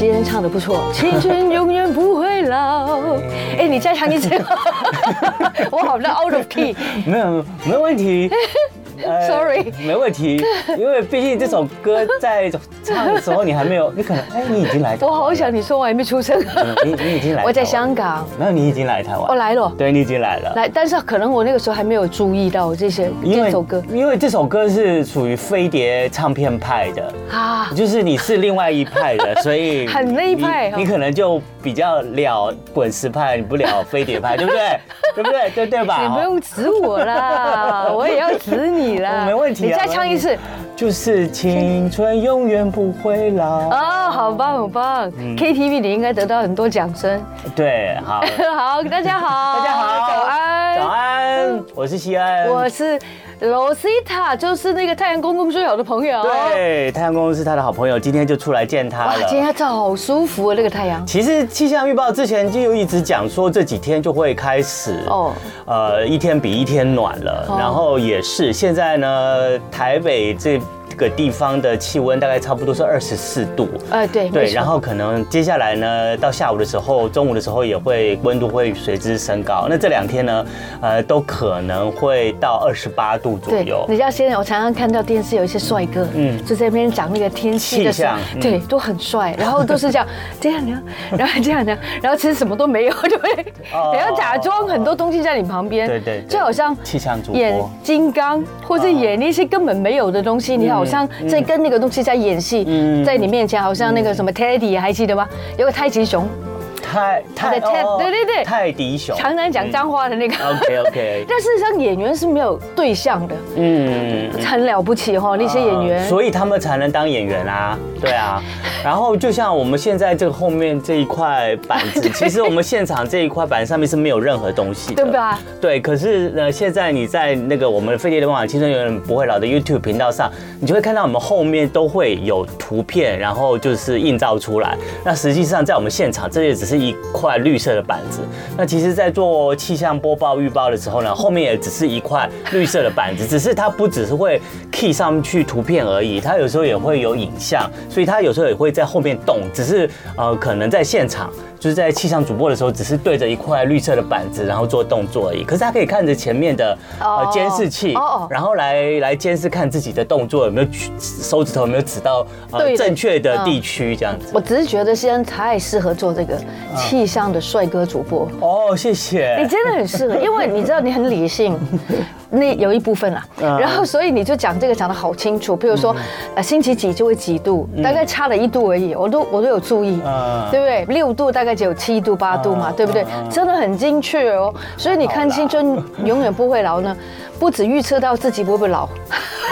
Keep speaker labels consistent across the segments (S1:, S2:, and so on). S1: 真唱的不错，青春永远不会老。 哎，你加强一些， 我好像 out of key。
S2: 没有，没 问题。呃
S1: Sorry
S2: 没问题，因为毕竟这首歌在唱的时候你还没有，你可能哎，你已经来台
S1: 我
S2: 湾了，嗯
S1: 好想你说我还没出生，
S2: 你你已经来，
S1: 我在香，港，
S2: 没有，你已经来台湾，
S1: 我来了
S2: 对你已经来了，
S1: 来，但是可能我那个时候还没有注意到这些这首歌
S2: 因为这首歌是属于飞碟唱片派的，
S1: 啊，
S2: 就是你是另外一派 的，所以
S1: 很那一派哦
S2: 你，你可能就比较了滚石派，你不了飞碟派，对不 对？对不对？对对吧？
S1: 你不用指我 啦，我也要指你啦，
S2: 我没问题啊
S1: 你再唱一次
S2: 就是青春永远不会老。
S1: 啊，好棒好棒，KTV
S2: 嗯
S1: 你应该得到很多掌声。
S2: 对，好，
S1: 好，大家好，
S2: 大家好，
S1: 早安，
S2: 早安，我是西安，
S1: 我是 Rosita，就是那个太阳公公最好的朋友。
S2: 对太阳公司他的好朋友，今天就出来见他
S1: 哇，
S2: 了。
S1: 今天真的好舒服啊，那个太阳。
S2: 其实气象预报之前就有一直讲说这几天就会开始
S1: 哦
S2: 哦，呃，一天比一天暖了，
S1: 哦
S2: 然后也是现在呢，台北这个地方的气温大概差不多是二十四度。
S1: 哎，对，没
S2: 对，
S1: 错
S2: 然后可能接下来呢，到下午的时候、中午的时候也会温度会随之升高。那这两天呢，呃，都可能会到二十八度左
S1: 对
S2: 右，。
S1: 你知道现在我常常看到电视有一些帅哥，嗯
S2: 嗯，
S1: 就在那边讲那个天气的时候
S2: 气象，嗯
S1: 对，都很帅，然后都是这样 这样呢，然后这样呢，然后其实什么都没有，对，
S2: 哦
S1: 然后假装很多东西在你旁边，
S2: 对对对
S1: 就好像
S2: 气象主播
S1: 演金刚或者演一些根本没有的东西，
S2: 嗯
S1: 你好像在跟那个东西在演戏，在你面前好像那个什
S2: 嗯
S1: 么 Teddy 还记得吗？有个太极熊，
S2: 泰泰
S1: 对
S2: 哦
S1: 对对对
S2: 泰迪熊。
S1: 常常讲脏话的那个。
S2: 嗯 OK OK，
S1: 但事实上，演员是没有对象的，
S2: 嗯。
S1: 很了不起哈，那些演员。
S2: 呃所以他们才能当演员啊，对 啊。然后就像我们现在这个后面这一块板子，其实我们现场这一块板上面是没有任何东西 的，
S1: 对吧？
S2: 对，可是呢，现在你在那个我们飞碟的梦想青春永远不会老的 YouTube 频道上，你就会看到我们后面都会有图片，然后就是映照出来。那实际上在我们现场，这也只是一块绿色的板子。那其实，在做气象播报预报的时候呢，后面也只是一块绿色的板子，只是它不只是会 key 上去图片而已，它有时候也会有影像，所以它有时候也会在后面动，只是呃，可能在现场。就是在气象主播的时候，只是对着一块绿色的板子，然后做动作而已。可是他可以看着前面的
S1: 哦
S2: 呃监视器
S1: 哦哦，
S2: 然后来来监视看自己的动作有没有指手指头有没有指到
S1: 对
S2: 呃
S1: 的
S2: 正确的地区这样子。
S1: 我只是觉得西安太适合做这个
S2: 嗯
S1: 气象的帅哥主播，
S2: 哦，
S1: 嗯
S2: 谢
S1: 你
S2: 谢。
S1: 真的很适合，因为你知道你很理 性，那有一部分啦，
S2: 嗯
S1: 然后所以你就讲这个讲得好清楚，比如说呃星期几就会几度，大概差了一度而已，我都我都有注意，
S2: 嗯
S1: 对不对？六度大概只有七度八度嘛，
S2: 嗯
S1: 对不对？真的很精确哦，所以你看青春永远不会老呢，不止预测到自己会不会老，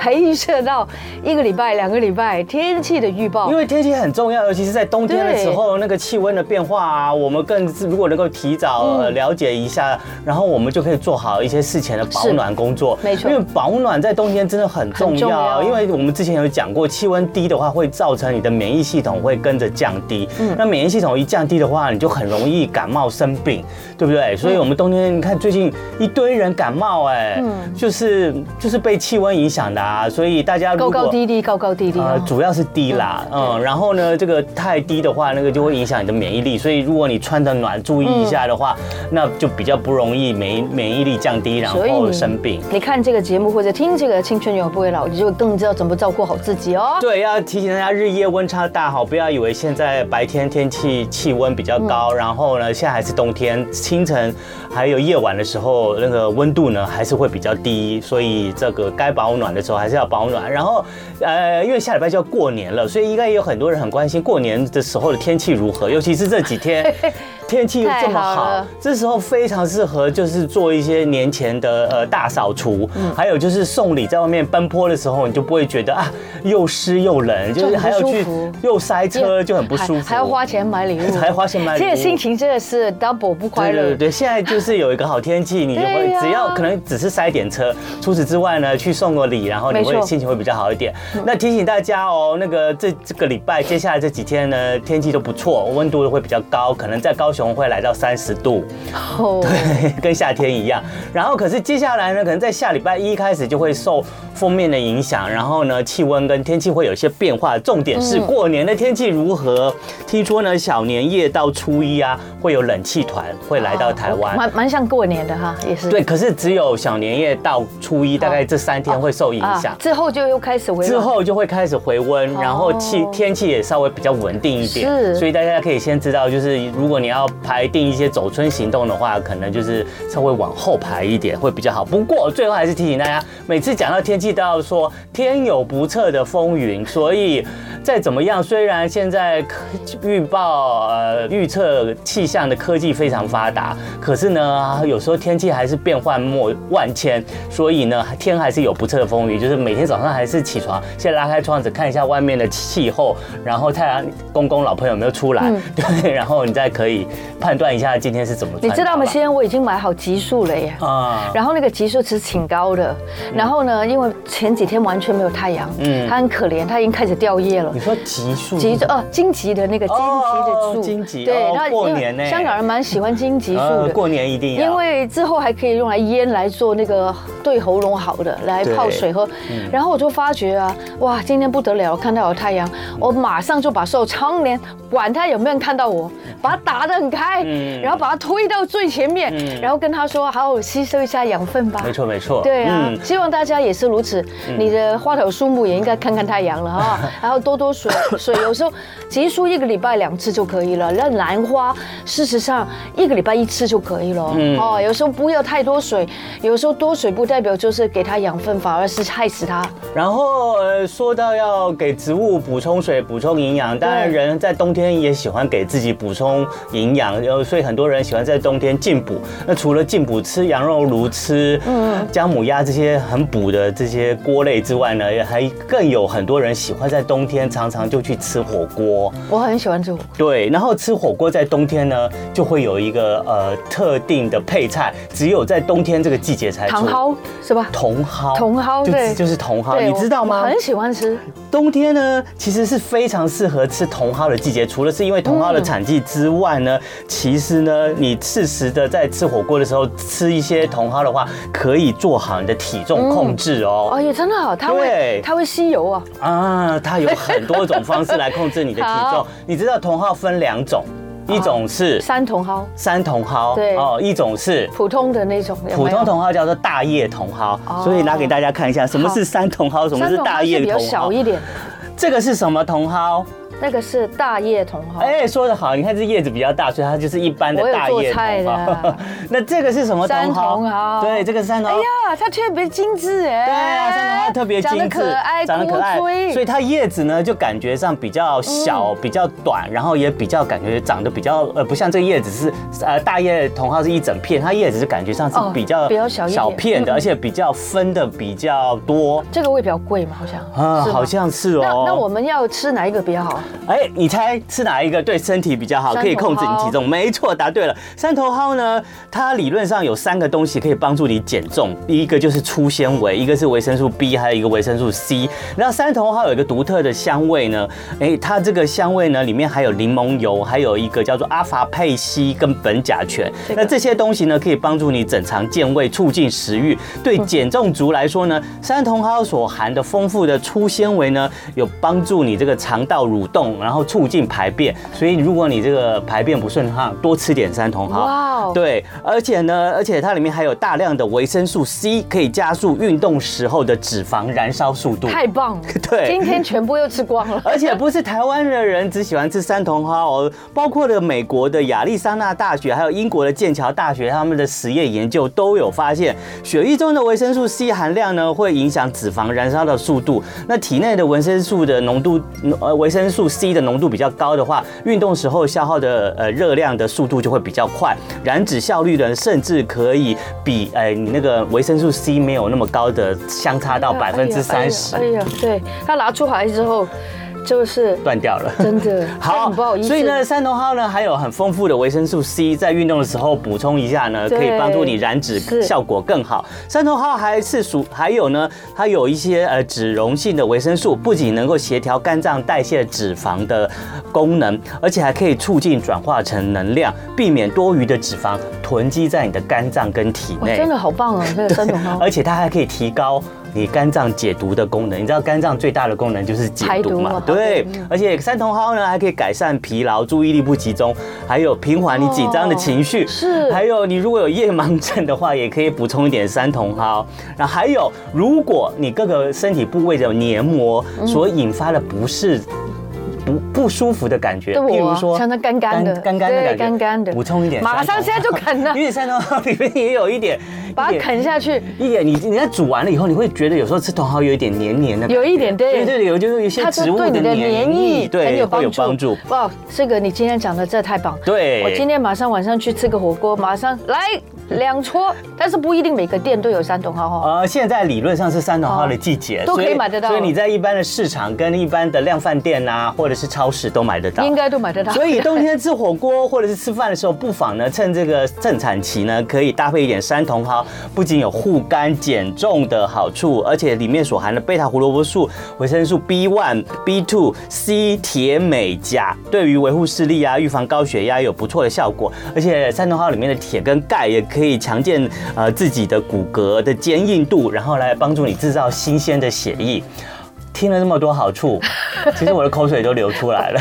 S1: 还预测到一个礼拜、两个礼拜天气的预报
S2: 因。为天气很重要，尤其是在冬天的时候，那个气温的变化啊，我们更是如果能够提早呃了解一下，然后我们就可以做好一些事前的保暖工作。
S1: 没错
S2: 因为保暖在冬天真的很重
S1: 很重要
S2: 要，因为我们之前有讲过，气温低的话会造成你的免疫系统会跟着降低。
S1: 嗯
S2: 那免疫系统一降低的话，你就很容易感冒生病，对
S1: 嗯
S2: 不对？所以我们冬天你看最近一堆人感冒，哎，
S1: 嗯
S2: 就是就是被气温影响的啊，所以大家如
S1: 高
S2: 果
S1: 高低低，高高低低、
S2: 呃
S1: 哦，
S2: 主要是低啦，嗯，然后呢，这个太低的话，那个就会影响你的免疫力，所以如果你穿的暖，注意一下的话，那就比较不容易免疫免疫力降低，啊然
S1: 所以
S2: 后
S1: 你
S2: 生病。
S1: 你看这个节目或者听这个《青春永远不会老》，你就更知道怎么照顾好自己 哦。
S2: 对，要提醒大家日夜温差大好，不要以为现在白天天气气温比较高，然后呢，现在还是冬天，清晨还有夜晚的时候，那个温度呢还是会比较低，所以这个该保暖的时候还是要保暖。然后，呃，因为下礼拜就要过年了，所以应该也有很多人很关心过年的时候的天气如何，尤其是这几天天气又这
S1: 太
S2: 么
S1: 好
S2: 好
S1: 了，
S2: 这时候非常适合就是做一些年前的呃大扫除，
S1: 嗯
S2: 还有就是送礼在外面奔波的时候，你就不会觉得啊又湿又冷，就是还要
S1: 就很
S2: 去
S1: 不舒服
S2: 又塞车就很不舒服，
S1: 还还要花钱买礼物，
S2: 还要花钱买礼物
S1: 这个心情真的是 double 不快
S2: 对对
S1: 乐
S2: 对。对，现在就是有一个好天气，你就
S1: 对
S2: 会
S1: 呀
S2: 只要可能只是塞点车，除此之外呢，去送个礼，然后你
S1: 没
S2: 会
S1: 错嗯
S2: 心情会比较好一点。那提醒大家哦，那个这这个礼拜接下来这几天呢，天气都不错，温度会比较高，可能在高雄会来到三十度。
S1: 哦，
S2: 跟夏天一样。然后可是接下来呢，可能在下礼拜一开始就会受封面的影响，然后呢，气温跟天气会有一些变化。重点是过年的天气如何？听说呢，小年夜到初一啊，会有冷气团会来到台湾。
S1: 哦蛮蛮像过年的哈，也是
S2: 对，可是只有小年夜到初一，大概这三天会受影响。
S1: 啊之后就又开始回
S2: 之后就会开始回温，
S1: 哦
S2: 然后气天气也稍微比较稳定一点，
S1: 是
S2: 所以大家可以先知道，就是如果你要排定一些走春行动的话，可能就是稍微往后排一点会比较好。不过最后还是提醒大家，每次讲到天气都要说天有不测的风云，所以再怎么样，虽然现在科预报呃预测气象的科技非常发达，可是呢，有时候天气还是变幻莫万千，所以呢，天还是有不测的风云，就是每天早上还是起床，先拉开窗子看一下外面的气候，然后太阳公公老朋友有没有出来，
S1: 嗯
S2: 对，然后你再可以判断一下今天是怎么穿
S1: 你
S2: 搭吧。
S1: 知道吗？现在我已经买好集数了耶。
S2: 啊，
S1: 然后那个级数其实挺高的，然后呢，因为前几天完全没有太阳，
S2: 嗯
S1: 嗯，它很可怜，它已经开始掉叶了
S2: 你。说级数
S1: 棘呃荆棘的那个荆棘的
S2: 嗯哦
S1: 树，
S2: 荆棘
S1: 对
S2: 哦，
S1: 那
S2: 过
S1: 因为
S2: 年呢啊
S1: 香港人蛮喜欢荆棘树的，
S2: 呃过年一定要，
S1: 因为之后还可以用来腌来做那个对喉咙好的，来
S2: 对嗯
S1: 泡水喝。然后我就发觉啊，哇，今天不得了，看到有太阳，我马上就把所有窗帘，管他有没有人看到我，把它打得很开，
S2: 嗯
S1: 然后把它推到最前
S2: 嗯
S1: 面，然后跟他说，好好吸收一下养分吧
S2: 没。错没错，嗯
S1: 对啊，希望大家也是如此。你的花草树木也应该看看太阳了 哈，然后多多水水，有时候植树一个礼拜两次就可以了。那兰花事实上一个礼拜一次就可以了。
S2: 嗯
S1: 哦，有时候不要太多水，有时候多水不代表就是给它养分，反而是害死它。
S2: 然后呃，说到要给植物补充水、补充营养，当然
S1: 对
S2: 人在冬天也喜欢给自己补充营养，然后所以很多人喜欢在冬天进补。那除了进补，吃羊肉炉、吃
S1: 嗯
S2: 姜母鸭这些很补的这些锅类之外呢，也还更有很多人喜欢在冬天常常就去吃火锅。
S1: 我很喜欢这种，
S2: 对，然后吃火锅在冬天呢，就会有一个呃特定的配菜，只有在冬天这个季节才出。
S1: 糖蒿是吧？
S2: 哎茼蒿，
S1: 茼蒿
S2: 就
S1: 对
S2: 就是茼蒿，
S1: 对
S2: 你知道吗？
S1: 我很喜欢吃，
S2: 冬天呢，其实是非常适合吃茼蒿的季节。除了是因为茼蒿的产季之外呢，其实呢，你适时的在吃火锅的时候吃一些茼蒿的话，可以做好你的体重控制哦。
S1: 哎呀，真的好，它
S2: 对
S1: 会它会吸油啊，
S2: 啊，它有很多种方式来控制你的体 重
S1: 好。
S2: 你知道茼蒿分两种，一种是
S1: 山茼蒿，
S2: 山茼蒿，
S1: 对
S2: 哦，一种是。
S1: 普通的那种，有没有
S2: 普通茼蒿叫做大叶茼蒿，
S1: 哦
S2: 所以拿给大家看一下，什么是山茼蒿，什么
S1: 山
S2: 是
S1: 茼蒿
S2: 大
S1: 是
S2: 叶
S1: 比较
S2: 茼蒿
S1: 小。一点，
S2: 这个是什么茼蒿？
S1: 那个是大叶茼蒿。
S2: 哎、说得好，你看这叶子比较大，所以它就是一般的大
S1: 我有
S2: 叶
S1: 做菜
S2: 茼蒿
S1: 的。
S2: 那这个是什么茼
S1: 山
S2: 蒿？
S1: 茼蒿
S2: 对，这个是山茼
S1: 哎
S2: 蒿。
S1: 呀，它特别精致哎！
S2: 对啊，山茼蒿特别精致，
S1: 长得可爱，
S2: 长得可爱
S1: 多吹
S2: 所以它叶子呢就感觉上比较小、
S1: 嗯
S2: 比较短，然后也比较感觉长得比较呃，不像这个叶子是呃大叶茼蒿是一整片，它叶子是感觉上是
S1: 哦
S2: 比较
S1: 比较小一点嗯
S2: 片的，而且比较分的比较多
S1: 这个会比较贵嘛，好像
S2: 啊，
S1: 是吗
S2: 好像是哦。
S1: 那那我们要吃哪一个比较好？
S2: 哎，你猜吃哪一个对身体比较好，
S1: 山茼蒿
S2: 可以控制你体重？没错，答对了。山茼蒿呢，它理论上有三个东西可以帮助你减重，第一个就是粗纤维，一个是维生素 B，还有一个维生素 C。那山茼蒿有一个独特的香味呢，哎，它这个香味呢，里面还有柠檬油，还有一个叫做阿法佩西跟苯甲醛。
S1: 这个
S2: 那这些东西呢，可以帮助你整肠健胃，促进食欲。对减重族来说呢，山茼蒿所含的丰富的粗纤维呢，有帮助你这个肠道蠕动，然后促进排便。所以如果你这个排便不顺的话，多吃点山茼蒿。
S1: 哇哦
S2: 对，而且呢，而且它里面还有大量的维生素 C，可以加速运动时候的脂肪燃烧速度。
S1: 太棒了！
S2: 对
S1: 今天全部又吃光了。
S2: 而且不是台湾的人只喜欢吃山茼蒿哦，包括了美国的亚利桑那大学，还有英国的剑桥大学，他们的实验研究都有发现，血液中的维生素 C 含量呢会影响脂肪燃烧的速度。那体内的维生素的浓度，呃，维生素 C 的浓度比较高的话，运动时候消耗的呃热量的速度就会比较快，燃脂效率呢甚至可以比呃你那个维生素 C 没有那么高的相差
S1: 啊
S2: 到百分之三十
S1: 哎，呀，哎呀对，它拿出来之后，就是
S2: 断掉了。
S1: 真的，
S2: 好
S1: 很不好意思。
S2: 所以呢，，山茼蒿呢还有很丰富的维生素 C，在运动的时候补充一下呢，
S1: 对
S2: 可以帮助你燃脂
S1: 是
S2: 效果更好。山茼蒿还是属还有呢，它有一些呃脂溶性的维生素，不仅能够协调肝脏代谢脂肪的功能，而且还可以促进转化成能量，避免多余的脂肪囤积在你的肝脏跟体
S1: 哇，
S2: 内 哎
S1: 真。的好棒啊，这个山茼蒿。
S2: 而且它还可以提高你肝脏解毒的功能。你知道肝脏最大的功能就是解
S1: 排
S2: 毒
S1: 毒
S2: 嘛
S1: 嘛，
S2: 对
S1: 嗯。
S2: 而且三茼蒿呢，还可以改善疲劳、注意力不集中，还有平缓你紧张的情绪。
S1: 哦是
S2: 还有你如果有夜盲症的话，也可以补充一点三茼蒿。然后还有，如果你各个身体部位的黏膜
S1: 嗯
S2: 所引发的不适。不不舒服的感觉，
S1: 对我
S2: 譬如说
S1: 常常干干的
S2: 干干的
S1: 对
S2: 感觉，
S1: 干干的
S2: 补充一点三茼蒿，
S1: 马上现在就啃了
S2: 因为三茼蒿里面也有一点，
S1: 把
S2: 一
S1: 它
S2: 点
S1: 啃下去，
S2: 一点，你你在煮完了以后，你会觉得有时候吃茼蒿有一点黏黏的感觉，
S1: 有一点对
S2: 对对，有就是有一些
S1: 它
S2: 植
S1: 就
S2: 物
S1: 对
S2: 的
S1: 你的
S2: 黏
S1: 免
S2: 液，
S1: 疫很
S2: 对，
S1: 有
S2: 会有
S1: 帮
S2: 帮助
S1: 助。。哇，这个你今天讲的这太棒！
S2: 对
S1: 我今天马上晚上去吃个火锅，马上来两撮，但是不一定每个店都有山茼蒿哦。
S2: 呃，现在理论上是三茼蒿的季节，
S1: 哦都可以
S2: 所
S1: 买得到
S2: 所以你在一般的市场跟一般的量贩店呐、或者是超市都买得到。
S1: 应该都买得到。
S2: 哦所以冬天吃火锅或者是吃饭的时候，不妨呢趁这个盛产期呢，可以搭配一点山茼蒿，不仅有护肝减重的好处，而且里面所含的贝塔胡萝卜素、维生素 B one、B two、C、铁、镁、钾，对于维护视力啊、预防高血压有不错的效果。而且山茼蒿里面的铁跟钙也可以强健呃自己的骨骼的坚硬度，然后来帮助你制造新鲜的血液。听了这么多好处，其实我的口水都流出来了。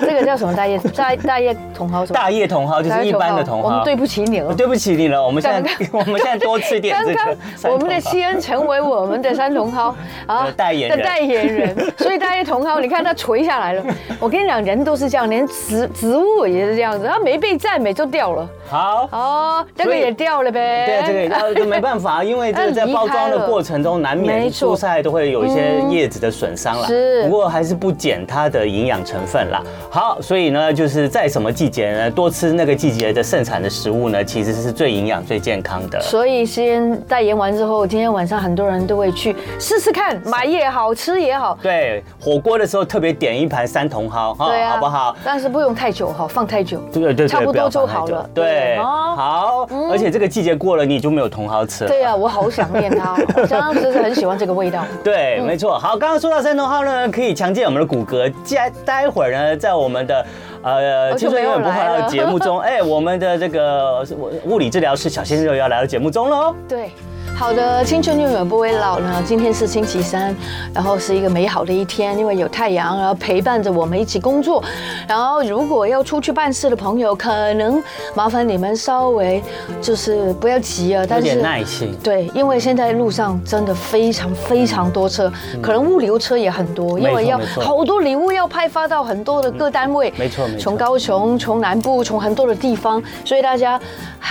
S1: 这个叫什么大叶大大叶茼蒿什么？
S2: 大叶茼蒿就是一般的茼
S1: 我们
S2: 蒿。
S1: 对不起你了。
S2: 对不起你了，我们现在
S1: 刚
S2: 我们现在多吃点这
S1: 刚
S2: 个山茼蒿。
S1: 刚我们的西恩成为我们的山茼 蒿啊
S2: 的代言人
S1: 的代言人，所以大叶茼蒿，你看它垂下来了。我跟你讲，人都是这样，连植植物也是这样子，它没被赞美就掉了。
S2: 好。
S1: 哦，这个
S2: 所以
S1: 也掉了呗。
S2: 对，这个也要就没 办法，因为这个在包装的过程中，难免
S1: 没错
S2: 蔬菜都会有一些叶子的损伤啦。
S1: 嗯是
S2: 不过还是不减它的营养成分啦。好，所以呢，就是在什么季节呢，多吃那个季节的盛产的食物呢，其实是最营养、最健康的。
S1: 所以先代言完之后，今天晚上很多人都会去试试看，买也好吃也好，
S2: 对，火锅的时候特别点一盘三茼蒿，哈
S1: 对啊，
S2: 哦好不好？
S1: 但是不用太久哈，放太久。
S2: 对对对，
S1: 差不多
S2: 要放
S1: 就
S2: 太
S1: 好
S2: 久
S1: 了
S2: 对，
S1: 对哦
S2: 好，而且这个季节过了，你就没有茼蒿吃了。
S1: 对呀、啊，我好想念 它，我当时是很喜欢这个味道。
S2: 对，没错。好，刚刚说到三茼蒿呢，可以强健我们的骨骼。待待会儿呢，在我们的呃
S1: 哦
S2: 《青
S1: 就
S2: 春
S1: 没
S2: 永
S1: 有
S2: 远不
S1: 来
S2: 快乐》
S1: 了
S2: 节目中，哎，我们的这个物理治疗师小先生又要来到节目中喽。
S1: 对，好的，青春永远不会老呢。今天是星期三，然后是一个美好的一天，因为有太阳，然后陪伴着我们一起工作。然后如果要出去办事的朋友，可能麻烦你们稍微就是不要急啊，
S2: 有
S1: 但
S2: 点
S1: 是。
S2: 耐心。
S1: 对，因为现在路上真的非常非常多车，可能物流车也很多，因
S2: 嗯没错
S1: 为要
S2: 没错嗯
S1: 好多礼物要派发到很多的各单位，
S2: 没错没错
S1: 从高雄、从南部、从很多的地方，所以大家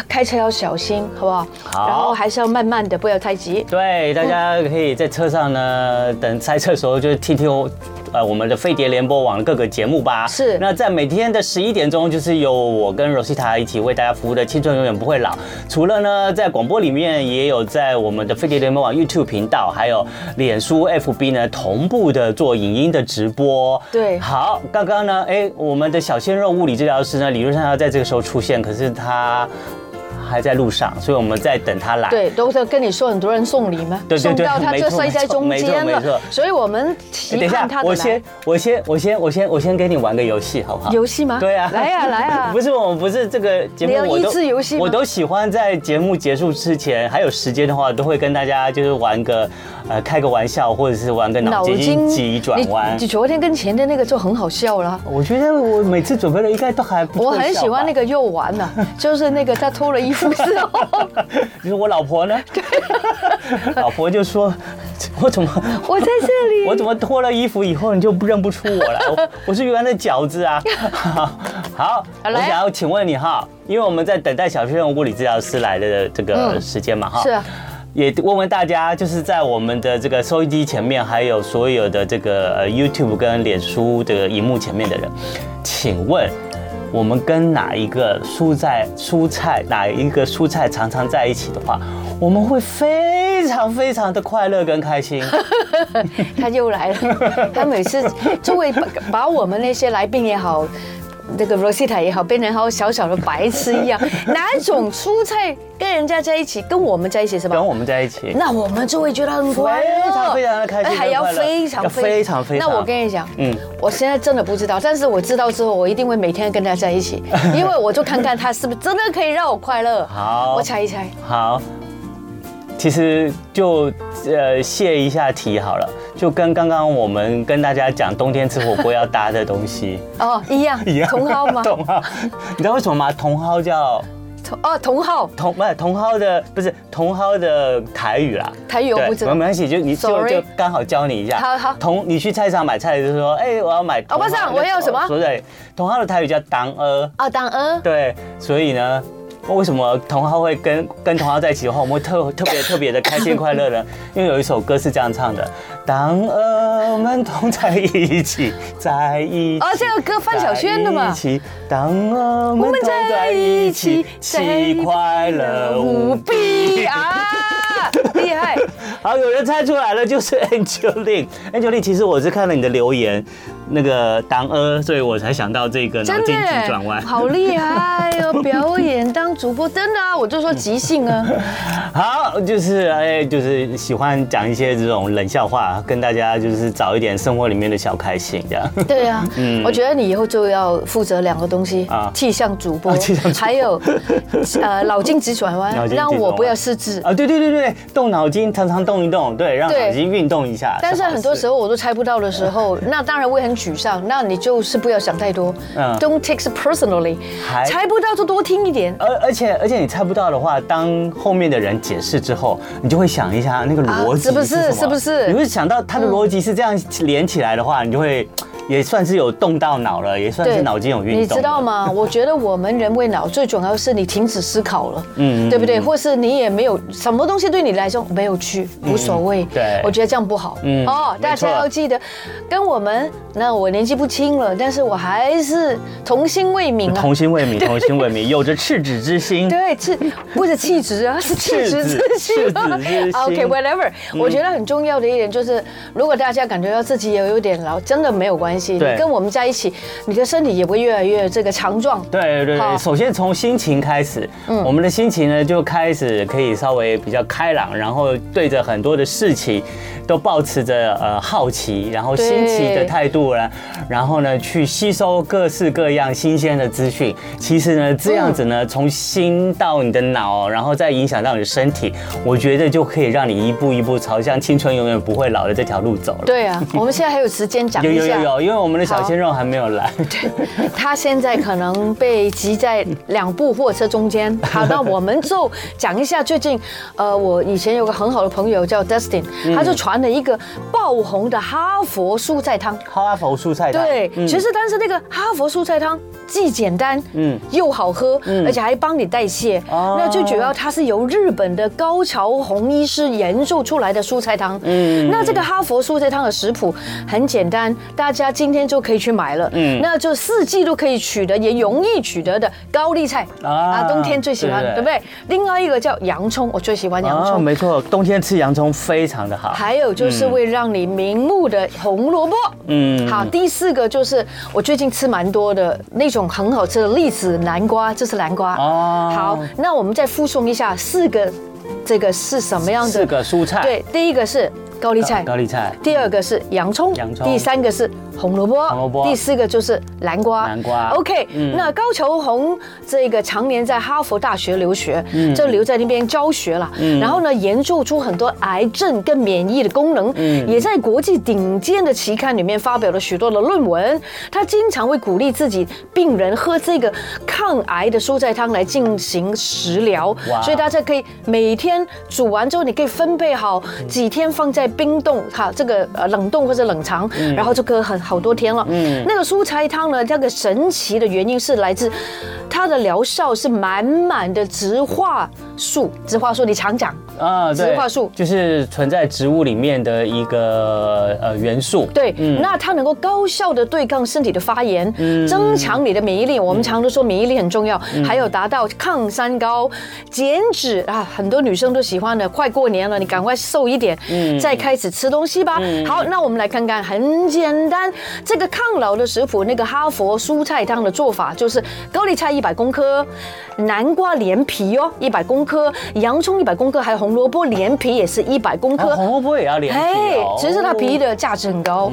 S1: 开车要小心，好不好？
S2: 好
S1: 然后还是要慢慢的，不要太急。
S2: 对，大家可以在车上呢，等塞车的时候就听听我。呃，我们的飞碟联播网的各个节目吧。
S1: 是
S2: 那在每天的十一点钟，就是由我跟 Rosita 一起为大家服务的《青春永远不会老》。除了呢，在广播里面，也有在我们的飞碟联播网 YouTube 频道，还有脸书、FB 呢，同步的做影音的直播。
S1: 对
S2: 好，刚刚呢，哎，我们的小鲜肉物理治疗师呢，理论上要在这个时候出现，可是他还在路上，所以我们在等他来。
S1: 对，都是跟你说很多人送礼嘛，
S2: 对对
S1: 送
S2: 对
S1: 到他
S2: 没
S1: 就
S2: 错
S1: 摔在中间
S2: 没错没错
S1: 了，所以我们
S2: 欸
S1: 期
S2: 等一
S1: 盼
S2: 下
S1: 他，的
S2: 我
S1: 来
S2: 先。我先我先我先我先给你玩个游戏，好不好？
S1: 游戏吗？
S2: 对啊，
S1: 来呀来呀
S2: 不，是我们不是这个节目
S1: 你，要
S2: 我都
S1: 益智游戏吗
S2: 我都喜欢在节目结束之前还有时间的话，都会跟大家就是玩个呃开个玩笑，或者是玩个脑筋急转弯
S1: 你。你昨天跟前天那个就很好笑了。
S2: 我觉得我每次准备的应该都还不错。
S1: 我很喜欢那
S2: 个，
S1: 个又玩 了，就是那个他脱了衣服之后，
S2: 就是我 老婆呢，老婆就说， 我怎么
S1: 我在这里。
S2: 我怎么脱了衣服以后你就不认不出我 来？我我是原来的饺子啊！好，
S1: 好
S2: 我
S1: 来啊
S2: 想要请问你哈，因为我们在等待小学生物理治疗师来的这个时间嘛哈。
S1: 是啊
S2: 也问问大家，就是在我们的这个收音机前面，还有所有的这个呃 YouTube 跟脸书的荧幕前面的人，请问我们跟哪一个蔬菜蔬菜哪一个蔬菜常常在一起的话，我们会非常非常的快乐跟 开心。
S1: 他又来了，他每次就会把把我们那些来宾也好。那个 Rosita 也好，变成好小小的白痴一样， 哪种蔬菜跟人家在一起，跟我们在一起是吧
S2: 跟？我们在一起。
S1: 那我们就会觉得很快乐，
S2: 非常非常的开心
S1: 还要非常
S2: 要非常非常
S1: 那我跟你讲，
S2: 嗯
S1: 嗯，我现在真的不知道，但是我知道之后，我一定会每天跟他在一 起，因为我就看看他是不是真的可以让我快乐。
S2: 好
S1: 我猜一猜，
S2: 好，其实就呃泄一下题好了，就跟刚刚我们跟大家讲冬天吃火锅要搭的东西
S1: 哦，一样，
S2: 一样。
S1: 茼蒿 吗？
S2: 茼蒿，你知道为什么吗？茼蒿叫
S1: 茼哦，茼蒿，
S2: 茼不是茼蒿的不是茼蒿的台语啦。
S1: 台哎语我
S2: 对，
S1: 不知道
S2: 没。关系，就你就
S1: Sorry
S2: 就刚好教你一下。
S1: 好好
S2: 同你去菜市场买菜就说，哎，我要买茼蒿的。
S1: 哦不是我要什么
S2: 说对，茼蒿的台语叫当呃。
S1: 啊，当呃，
S2: 对，所以呢，为什么茼蒿会跟跟茼蒿在一起的话，我们会特特别特别的开心快 乐呢？因为有一首歌是这样唱的：当我们同在一 起，在一起。
S1: 哦，这个歌范晓萱的嘛
S2: 在一。起，当我
S1: 我
S2: 们
S1: 们
S2: 同在
S1: 在
S2: 一
S1: 一
S2: 起
S1: 起，，
S2: 其快乐无
S1: 无
S2: 比。
S1: 比 啊！厉害，
S2: 好，有人猜出来了，就是 Angeline。Angeline，其实我是看了你的留言，那个当呃，所以我才想到这个脑
S1: 真的
S2: 筋急
S1: 耶
S2: 转弯。
S1: 好厉害哦！表演当主播真的啊，我就说即兴啊。
S2: 嗯好，就是哎，就是喜欢讲一些这种冷笑话，跟大家就是找一点生活里面的小开心这样。
S1: 对啊，我觉得你以后就要负责两个东西
S2: 嗯啊
S1: 气象主播
S2: 啊气象主，播
S1: 还有呃脑筋急转
S2: 脑
S1: 弯，
S2: 筋急转
S1: 让
S2: 弯
S1: 我不要失智。
S2: 啊，对对对对，动脑筋，常常动一动，对，让
S1: 对
S2: 脑筋运动一下。
S1: 但是很多时
S2: 候，
S1: 候我都猜不到的时 候，那当然我也很沮丧。那你就是不要想太多
S2: 嗯
S1: ，Don't take it personally，
S2: 还
S1: 猜不到就多听一点。
S2: 而而且而且你猜不到的话，当后面的人解释之后，你就会想一下那个逻辑
S1: 啊是不是
S2: 什么
S1: 是不是嗯
S2: 你会想到他的逻辑是这样连起来的话，你就会也算是有动到脑了，也算是脑筋有运动。
S1: 你知道？吗？ 我觉得我们人为脑最主要是你停止思考了，
S2: 嗯
S1: 嗯，
S2: 嗯
S1: 对不对？或是你也没有什么东西对你来说没有趣，无所谓。
S2: 嗯对
S1: 我觉得这样不好。
S2: 嗯
S1: 嗯，哦
S2: 没错，
S1: 大家要记得，跟我们那我年纪不轻了，但是我还是童心未泯啊。
S2: 童心未泯，童心未泯，有着赤子之心。
S1: 对，气不是气质啊，是气质之心
S2: 赤子之心嗯
S1: OK，whatever，、我觉得很重要的一点就是，如果大家感觉到自己也有点老，真的没有关系，你
S2: 对
S1: 跟我们在一起，你的身体也会越来越这个强壮。
S2: 对对对，
S1: 好嗯
S2: 首先从心情开始，我们的心情呢就开始可以稍微比较开朗，然后对着很多的事情都保持着呃好奇，然后
S1: 对
S2: 新奇的态度呢，然后呢去吸收各式各样新鲜的资讯。其实呢这样子呢，从心到你的脑，然后再影响到你的身体，我觉得就可以让你一步一步朝向青春永远不会老的这条路走了。
S1: 对啊，我们现在还有时间讲
S2: 有
S1: 一
S2: 有有
S1: 下。
S2: 有，因为我们的小
S1: 好
S2: 鲜肉还没有来。
S1: 他现在可能被挤在两部货车中 间。好，那我们就讲一下最近，呃，我以前有个很好的朋友叫 Dustin，他
S2: 嗯
S1: 就传了一个爆红的哈佛蔬菜汤。
S2: 哈佛蔬菜汤
S1: 对，
S2: 嗯
S1: 其实但是那个哈佛蔬菜汤既简单，
S2: 嗯
S1: 嗯，又好喝，而且还帮你代谢。
S2: 哦
S1: 那最主要它是由日本的高桥红医师研究出来的蔬菜汤。
S2: 嗯
S1: 嗯，那这个哈佛蔬菜汤的食谱很简单，大家今天就可以去买了。
S2: 嗯
S1: 嗯，那就四季都可以取得，也容易取得的高丽菜
S2: 啊
S1: 啊，冬天最喜欢，
S2: 对
S1: 对不对？另外一个叫洋葱，我最喜欢洋
S2: 哦
S1: 葱。
S2: 没嗯错，冬天吃洋葱非常的好。
S1: 还有就是会让你明目的红萝卜。
S2: 嗯
S1: 嗯，好，第四个就是我最近吃蛮多的那种很好吃的栗子南瓜，这是南瓜。
S2: 哦
S1: 哦，好，那我们再附送一下四个，这个是什么样
S2: 四
S1: 的？
S2: 个蔬菜，呃啊
S1: 对，第一个是高丽菜
S2: 高，丽菜，
S1: 第二个是洋葱，
S2: 洋葱
S1: 第三个是红萝卜，
S2: 红萝卜
S1: 第四个就是南瓜。
S2: 南瓜嗯
S1: OK，、那高桥红这个常年在哈佛大学留学，
S2: 嗯
S1: 就留在那边教学了。然后呢，研究出很多癌症跟免疫的功能，
S2: 嗯
S1: 也在国际顶尖的期刊里面发表了许多的论文。他经常会鼓励自己病人喝这个抗癌的蔬菜汤来进行食疗
S2: 哇，
S1: 所以大家可以每天煮完之后，你可以分配好几天放在冰冻哈，这个呃冷冻或者冷藏，然后就可以很好多天了。嗯，那个蔬菜汤呢，这个神奇的原因是来自它的疗效是满满的植化素，植化素你常讲，
S2: 啊，对
S1: 植化素
S2: 就是存在植物里面的一个呃元素。
S1: 对，那它能够高效的对抗身体的发炎，增强你的免疫力。我们常都说免疫力很重要，还有达到抗三高、减脂啊，很多女生都喜欢的。快过年了，你赶快瘦一点，再开始吃东西吧。好，那我们来看看，很简单，这个抗老的食谱，那个哈佛蔬菜汤的做法就是高丽菜一百公克，南瓜连皮哦一百公克。克，洋葱一百公克，还有红萝卜连皮也是一百公克。
S2: 哦红萝卜也要连皮哦。
S1: 哎其实它皮的价值很高。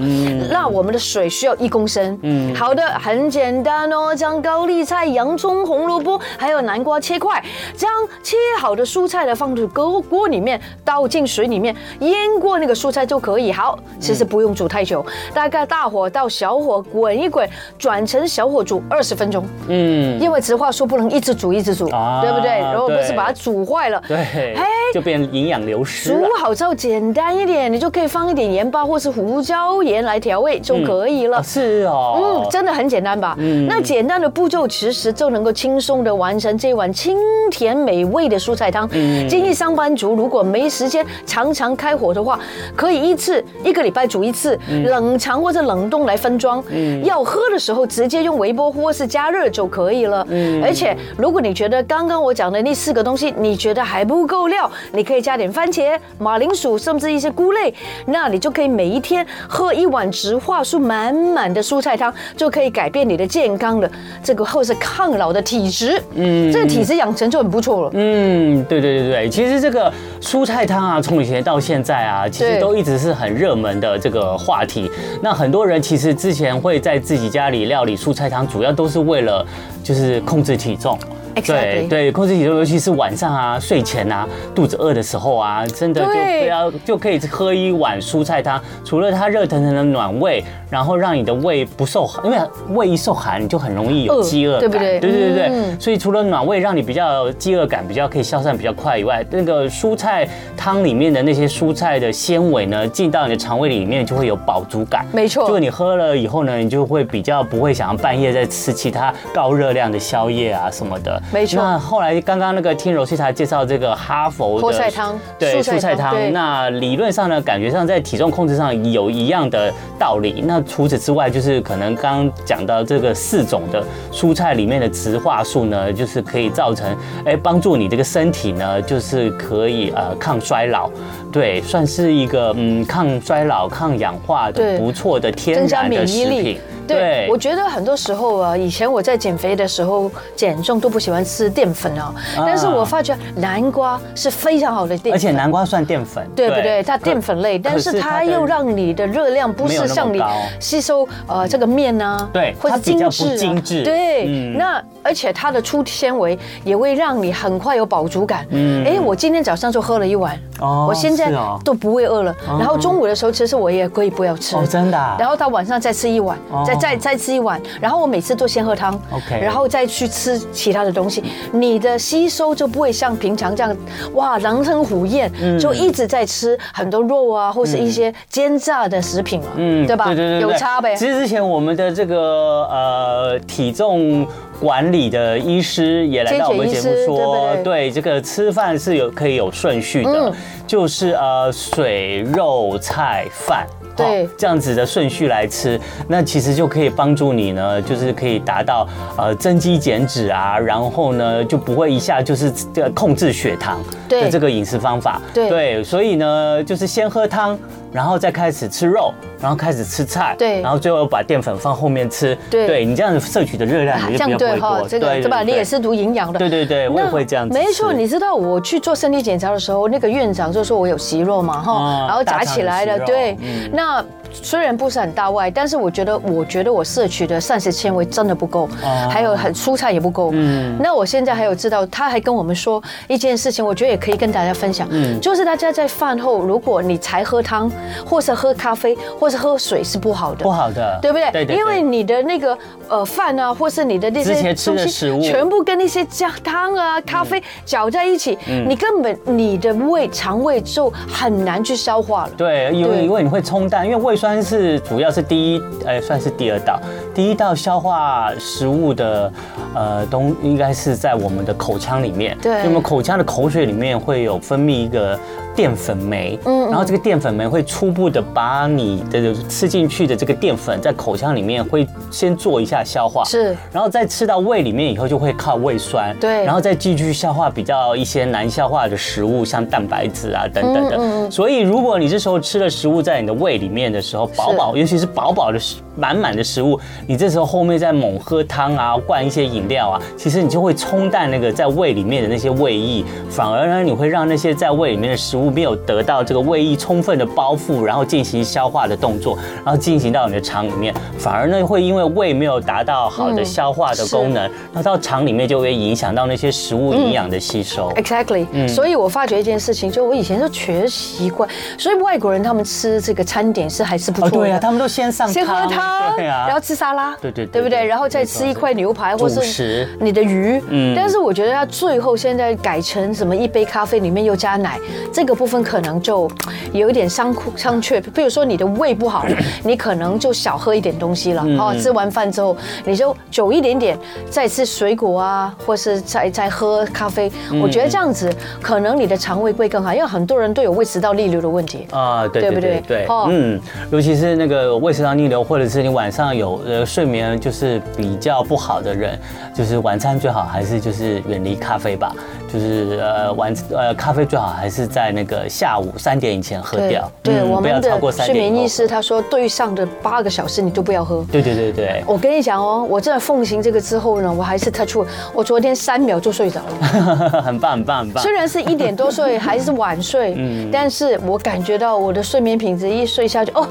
S1: 那我们的水需要一公升。嗯，好的，很简单哦，将高丽菜、洋葱、红萝卜还有南瓜切块，将切好的蔬菜呢放入锅锅里面，倒进水里面腌过那个蔬菜就可以。好，其实不用煮太久，大概大火到小火滚一滚，转成小火煮二十分钟。
S2: 嗯，
S1: 因为直话说不能一直煮一直煮，
S2: 啊
S1: 对不对？如果不是
S2: 对
S1: 把它煮坏了，
S2: 对，就变营养流失
S1: 煮
S2: 了。
S1: 好之后简单一点，你就可以放一点盐巴或是胡椒盐来调味就可以了。
S2: 哦是哦，
S1: 嗯嗯，真的很简单吧？那简单的步骤其实就能够轻松的完成这碗清甜美味的蔬菜汤。建议上班族如果没时间常常开火的话，可以一次一个礼拜煮一次，冷藏或者冷冻来分装。要喝的时候直接用微波或是加热就可以了。而且如果你觉得刚刚我讲的那四个东西你觉得还不够料，你可以加点番茄、马铃薯，甚至一些菇类，那你就可以每一天喝一碗植化素满满的蔬菜汤，就可以改变你的健康了。这个后是抗老的体质，嗯，这个体质养成就很不错了。
S2: 嗯，对对对对，其实这个蔬菜汤啊，从以前到现在啊，其实
S1: 对
S2: 都一直是很热门的这个话题。那很多人其实之前会在自己家里料理蔬菜汤，主要都是为了就是控制体重。对
S1: Exactly
S2: 对，控制体重，尤其是晚上啊、睡前啊、肚子饿的时候啊，真的就
S1: 对
S2: 不要就可以喝一碗蔬菜汤。除了它热腾腾的暖胃，然后让你的胃不受寒，因为胃一受寒，你就很容易有
S1: 饿
S2: 饥饿感，
S1: 对不对
S2: 对对对
S1: 嗯
S2: 所以除了暖胃让你比较饥饿感比较可以消散比较快以外，那个蔬菜汤里面的那些蔬菜的纤维呢，进到你的肠胃里面就会有饱足感。
S1: 没错
S2: 就你喝了以后呢，你就会比较不会想要半夜再吃其他高热量的宵夜啊什么的。
S1: 没错
S2: 那后来刚刚那个听柔西塔介绍这个哈佛的
S1: 菠菜汤
S2: 对
S1: 蔬菜
S2: 蔬菜
S1: 汤对
S2: 汤，那理论上呢，感觉上在体重控制上有一样的道理。那除此之外，就是可能刚刚讲到这个四种的蔬菜里面的植化素呢，就是可以造成，哎，帮助你这个身体呢，就是可以呃抗衰老，对，算是一个嗯抗衰老、抗氧化的
S1: 对
S2: 不错的天
S1: 增加
S2: 然
S1: 免
S2: 的
S1: 疫
S2: 食
S1: 力
S2: 品。。
S1: 对，我觉得很多时候啊，以前我在减肥的时候减重都不喜欢吃淀粉啊，但是我发觉南瓜是非常好的淀粉，
S2: 而且南瓜算淀粉，
S1: 对不对？它淀粉类，
S2: 可
S1: 但是
S2: 可是它
S1: 它
S2: 的
S1: 又让你的热量不
S2: 没有
S1: 是
S2: 那么
S1: 像你
S2: 高
S1: 吸收呃这个面啊，
S2: 对
S1: 或
S2: 它
S1: 是
S2: 比
S1: 精
S2: 较
S1: 致、啊，
S2: 不精致
S1: 对。
S2: 嗯
S1: 那而且它的粗纤维也会让你很快有饱足感。嗯，哎，我今天早上就喝了一碗，
S2: 哦
S1: 我现在
S2: 是哦嗯
S1: 都不会饿了。然后中午的时候，其实我也可以不要吃
S2: 哦，，真的啊、
S1: 然后到晚上再吃一碗，
S2: 哦
S1: 再再再吃一碗，然后我每次都先喝汤
S2: OK
S1: 然后再去吃其他的东西，你的吸收就不会像平常这样，哇，狼吞虎咽，
S2: 嗯
S1: 就一直在吃很多肉啊，或是一些煎炸的食品了，嗯，对吧？
S2: 对对对，
S1: 有
S2: 对
S1: 差呗
S2: 其。实之前我们的这个呃体重管理的医师也来到我们节目
S1: 健检医师
S2: 说
S1: 对，不对
S2: 这个吃饭是有可以有顺序的，
S1: 嗯
S2: 就是呃水肉菜饭。
S1: 对
S2: 好这样子的顺序来吃，那其实就可以帮助你呢，就是可以达到呃增肌减脂啊，然后呢就不会一下就是这个控制血糖的
S1: 对
S2: 这个饮食方法。
S1: 对
S2: 对，所以呢，就是先喝汤，然后再开始吃肉，然后开始吃菜，
S1: 对
S2: 然后最后把淀粉放后面吃，
S1: 对
S2: 你这样摄取的热量
S1: 啊
S2: 你
S1: 这
S2: 就
S1: 样
S2: 比较
S1: 对
S2: 不会
S1: 哈
S2: 多，，
S1: 这个对吧？你也，是读营养的，
S2: 对对对，我也
S1: 那
S2: 会这样子吃，
S1: 没错，你知道我去做身体检查的时候，那个院长就说我有息肉嘛，哈
S2: 嗯，
S1: 然后夹起来
S2: 大
S1: 了
S2: 肠有。息
S1: 对
S2: 肉嗯，
S1: 那虽然不是很大外，但是我觉得，我觉得我摄取的膳食纤维真的不够，
S2: 哦
S1: 还有很蔬菜也不够。
S2: 嗯
S1: 那我现在还有知道，他还跟我们说一件事情，我觉得也可以跟大家分享，
S2: 嗯
S1: 就是大家在饭后，如果你才喝汤，或是喝咖啡，或是喝水是不好的
S2: 不。好的，
S1: 对不对？
S2: 对对，
S1: 因为你的那个呃饭啊，或是你的那些
S2: 之前吃的
S1: 东西
S2: 食物嗯
S1: 全部跟那些加汤啊、咖啡搅在一起，你根本你的胃肠胃就很难去消化了。
S2: 对，因为因为你会冲淡，因为胃酸是主要是第一，呃，算是第二道，第一道消化食物的，呃，东应该是在我们的口腔里面。
S1: 对
S2: 因为我们口腔的口水里面会有分泌一个淀粉酶，嗯，然后这个淀粉酶会初步的把你的吃进去的这个淀粉在口腔里面会先做一下消化，
S1: 是
S2: 然后再吃到胃里面以后就会靠胃酸，
S1: 对
S2: 然后再继续消化比较一些难消化的食物，像蛋白质啊等等的。所以如果你这时候吃了食物在你的胃里面的时候，饱饱，哦尤其是饱饱的食满满的食物，你这时候后面再猛喝汤啊，灌一些饮料啊，其实你就会冲淡那个在胃里面的那些胃液，反而呢你会让那些在胃里面的食物没有得到这个胃液充分的包覆，然后进行消化的动作，然后进行到你的肠里面，反而呢会因为胃没有达到好的
S1: 嗯
S2: 消化的
S1: 是嗯
S2: 功能，那到肠里面就会影响到那些食物营养的吸收。
S1: Exactly，、所
S2: 嗯
S1: 以我发觉一件事情，就我以前就觉得奇怪，所以外国人他们吃这个餐点是还是不
S2: 哦，
S1: 错
S2: 对
S1: 的，
S2: 啊，他们都先上
S1: 先喝汤，
S2: 对啊，
S1: 然后吃沙拉，
S2: 对对对
S1: 对不对？
S2: 对
S1: 然后再吃一块牛排或
S2: 主食
S1: 是你的鱼，
S2: 嗯
S1: 但是我觉得它最后现在改成什么一杯咖啡里面又加奶，这个部分可能就有一点商商榷。比如说你的胃不 好，你可能就少喝一点东西了，
S2: 嗯
S1: 哦，吃完饭之后你就久一点点再吃水果啊，或是再再喝咖啡。我觉得这样子可能你的肠胃会更好，因为很多人都有胃食道逆流的问题。
S2: 啊，对
S1: 对
S2: 对
S1: 不
S2: 对
S1: 对
S2: 对
S1: 哦
S2: 嗯，尤其是那个胃食道逆流，或者是你晚上有呃睡眠就是比较不好的人，就是晚餐最好还是就是远离咖啡吧，就是呃晚呃咖啡最好还是在那个下午三点以前喝
S1: 对
S2: 掉，嗯
S1: 对，我
S2: 不要
S1: 们
S2: 超过
S1: 的
S2: 三
S1: 睡
S2: 点以
S1: 眠
S2: 后
S1: 医师他说，对上的八个小时你都不要喝。
S2: 对对对对，
S1: 我跟你讲哦，我真的奉行这个之后呢，我还是 touch wood，我昨天三秒就睡着了。
S2: 很棒很棒很棒
S1: 虽。然是一点多睡，还是晚睡，
S2: 嗯
S1: 但是我感觉到我的睡眠品质一睡下去，哦，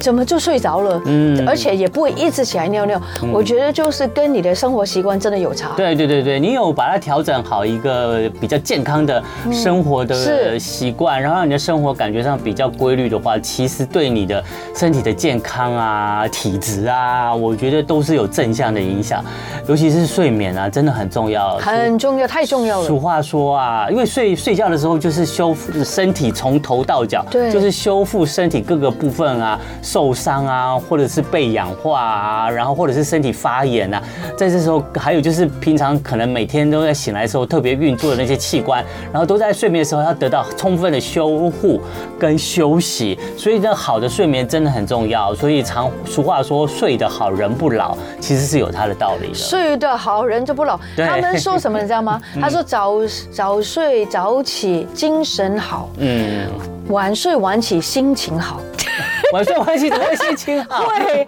S1: 怎么就睡着了？
S2: 嗯
S1: 而且也不会一直起来尿尿。我觉得就是跟你的生活习惯真的有差。
S2: 对对对对，你有把它调整好一个比较健康的生活的
S1: 是
S2: 习惯，然后让你的生活感觉上比较规律的话，其实对你的身体的健康啊、体质啊，我觉得都是有正向的影响，尤其是睡眠啊，真的很重要。
S1: 很重要，太重要了
S2: 俗。话说啊，因为睡睡觉的时候就是修复身体从头到脚，
S1: 对
S2: 就是修复身体各个部分啊，受伤啊，或者是被氧化啊，然后或者是身体发炎啊，在这时候还有就是平常可能每天都在醒来的时候特别运作的那些器官，然后都在睡眠的时候要得到充分的修护跟休息，所以呢，好的睡眠真的很重要。所以常俗话说，睡得好人不老，其实是有它的道理的。
S1: 睡得好，人就不老。
S2: 对嗯
S1: 他们说什么你知道 吗？他说早早睡早起，精神好；
S2: 嗯，
S1: 晚睡晚起，心情好。
S2: 晚睡晚起怎么会心情好？
S1: 对，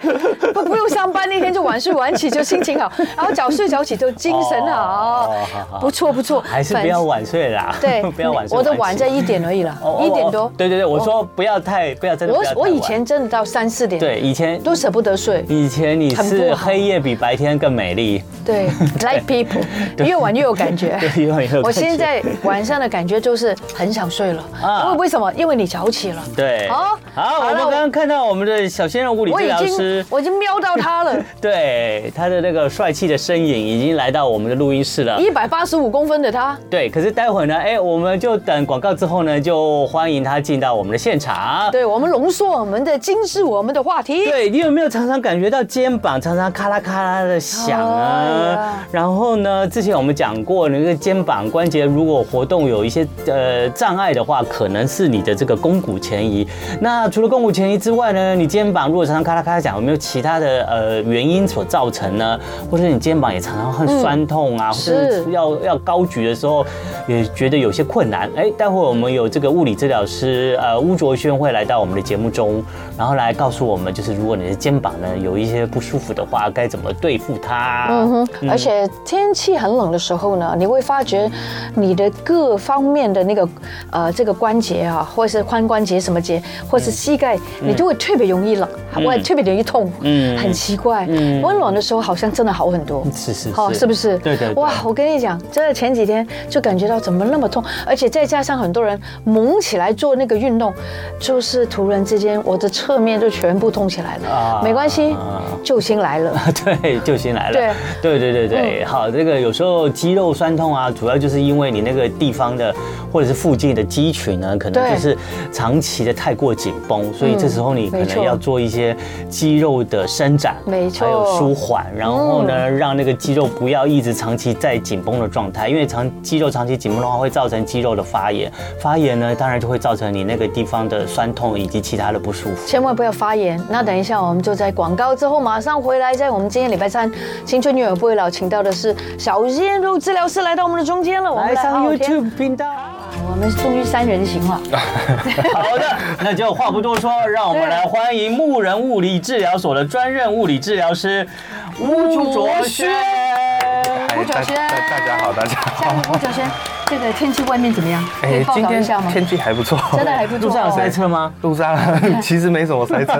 S1: 不不用上班那天就晚睡晚起就心情好，然后早睡早起就精神好
S2: 哦好好，
S1: 不错不错，
S2: 还是不要晚睡啦，
S1: 对
S2: ，不要晚睡起。
S1: 我的晚在一点而已啦
S2: 哦，
S1: 一点多
S2: 哦。对对对，我说不要太不要真的不
S1: 我
S2: 要太晚
S1: 我以前真的到三四点，
S2: 对以前
S1: 都舍不得睡。
S2: 以前你
S1: 很不
S2: 是
S1: 好
S2: 黑夜比白天更美丽，
S1: 对，like people，越晚越有感觉。
S2: 对越晚越有感觉
S1: 哎 我现在晚上的感觉就是很想睡了，
S2: 啊
S1: 因为为什么？因为你早起了。
S2: 对。
S1: 好
S2: 好，
S1: 好
S2: 我们
S1: 了
S2: 刚
S1: 我
S2: 刚看到我们的小鲜肉物理
S1: 我
S2: 治
S1: 已
S2: 疗师
S1: 经，我已经瞄到他了，
S2: 对他的那个帅气的身影已经来到我们的录音室了。
S1: 一百八十五公分的他，
S2: 对，可是待会儿呢，哎，我们就等广告之后呢，就欢迎他进到我们的现场。
S1: 对我们浓缩我们的精致我们的话题。
S2: 对你有没有常常感觉到肩膀常常咔啦咔啦的响
S1: 哎
S2: 啊
S1: 呀？
S2: 然后呢，之前我们讲过，那个肩膀关节如果活动有一些呃障碍的话，可能是你的这个肱骨前移。那除了肱骨前移之外呢，你肩膀如果常常咔啦咔啦响，有没有其他的呃原因所造成呢？或者你肩膀也常常很酸痛啊，或者
S1: 是
S2: 是要要高举的时候也觉得有些困难。哎，待会儿我们有这个物理治疗师呃巫卓轩会来到我们的节目中，然后来告诉我们，就是如果你的肩膀呢有一些不舒服的话，该怎么对付它。
S1: 嗯哼，而且天气很冷的时候呢，你会发觉你的各方面的那个呃这个关节啊，或是髋关节什么节，或是膝盖，你就会特别容易冷，会特别容易痛，
S2: 嗯
S1: 很奇怪。温暖的时候好像真的好很多。
S2: 是是
S1: 好，是不是？
S2: 对对对
S1: 哇，我跟你讲，真的前几天就感觉到怎么那么痛，而且再加上很多人猛起来做那个运动，就是突然之间我的侧面就全部痛起来
S2: 啊
S1: 了。没关系，救星来了。
S2: 对，救星来了。
S1: 对，嗯
S2: 对对对对好，这个有时候肌肉酸痛啊，主要就是因为你那个地方的或者是附近的肌群呢，可能
S1: 对嗯
S2: 就是长期的太过紧绷，所以这时候你可
S1: 没错
S2: 能要做一些肌肉的伸展，
S1: 没错嗯
S2: 还有舒缓，然后呢，让那个肌肉不要一直长期在紧绷的状态，因为长肌肉长期紧绷的话，会造成肌肉的发炎，发炎呢，当然就会造成你那个地方的酸痛以及其他的不舒服。
S1: 千万不要发言。那等一下，我们就在广告之后马上回来。在我们今天礼拜三《青春女友不会老》，请到的是小鲜肉治疗师来到我们的中间了。我们好
S2: 来上
S1: 好听
S2: YouTube 频道。
S1: 我们终于三人行 了。
S2: 好的，那就话不多说，让我们来欢迎牧人物理治疗所的专任物理治疗 师吴卓轩。
S1: 吴九
S3: 哎大
S1: 轩
S3: 大大家好，大家
S1: 下
S3: 好哎
S1: 面。吴九轩，这个天气外面怎么样？可以报
S3: 今
S1: 道一
S3: 天
S1: 下吗？
S3: 天气还不错，
S1: 真的还不错、哦
S2: 路上有塞车吗？
S3: 路上啊 其实没什么塞车，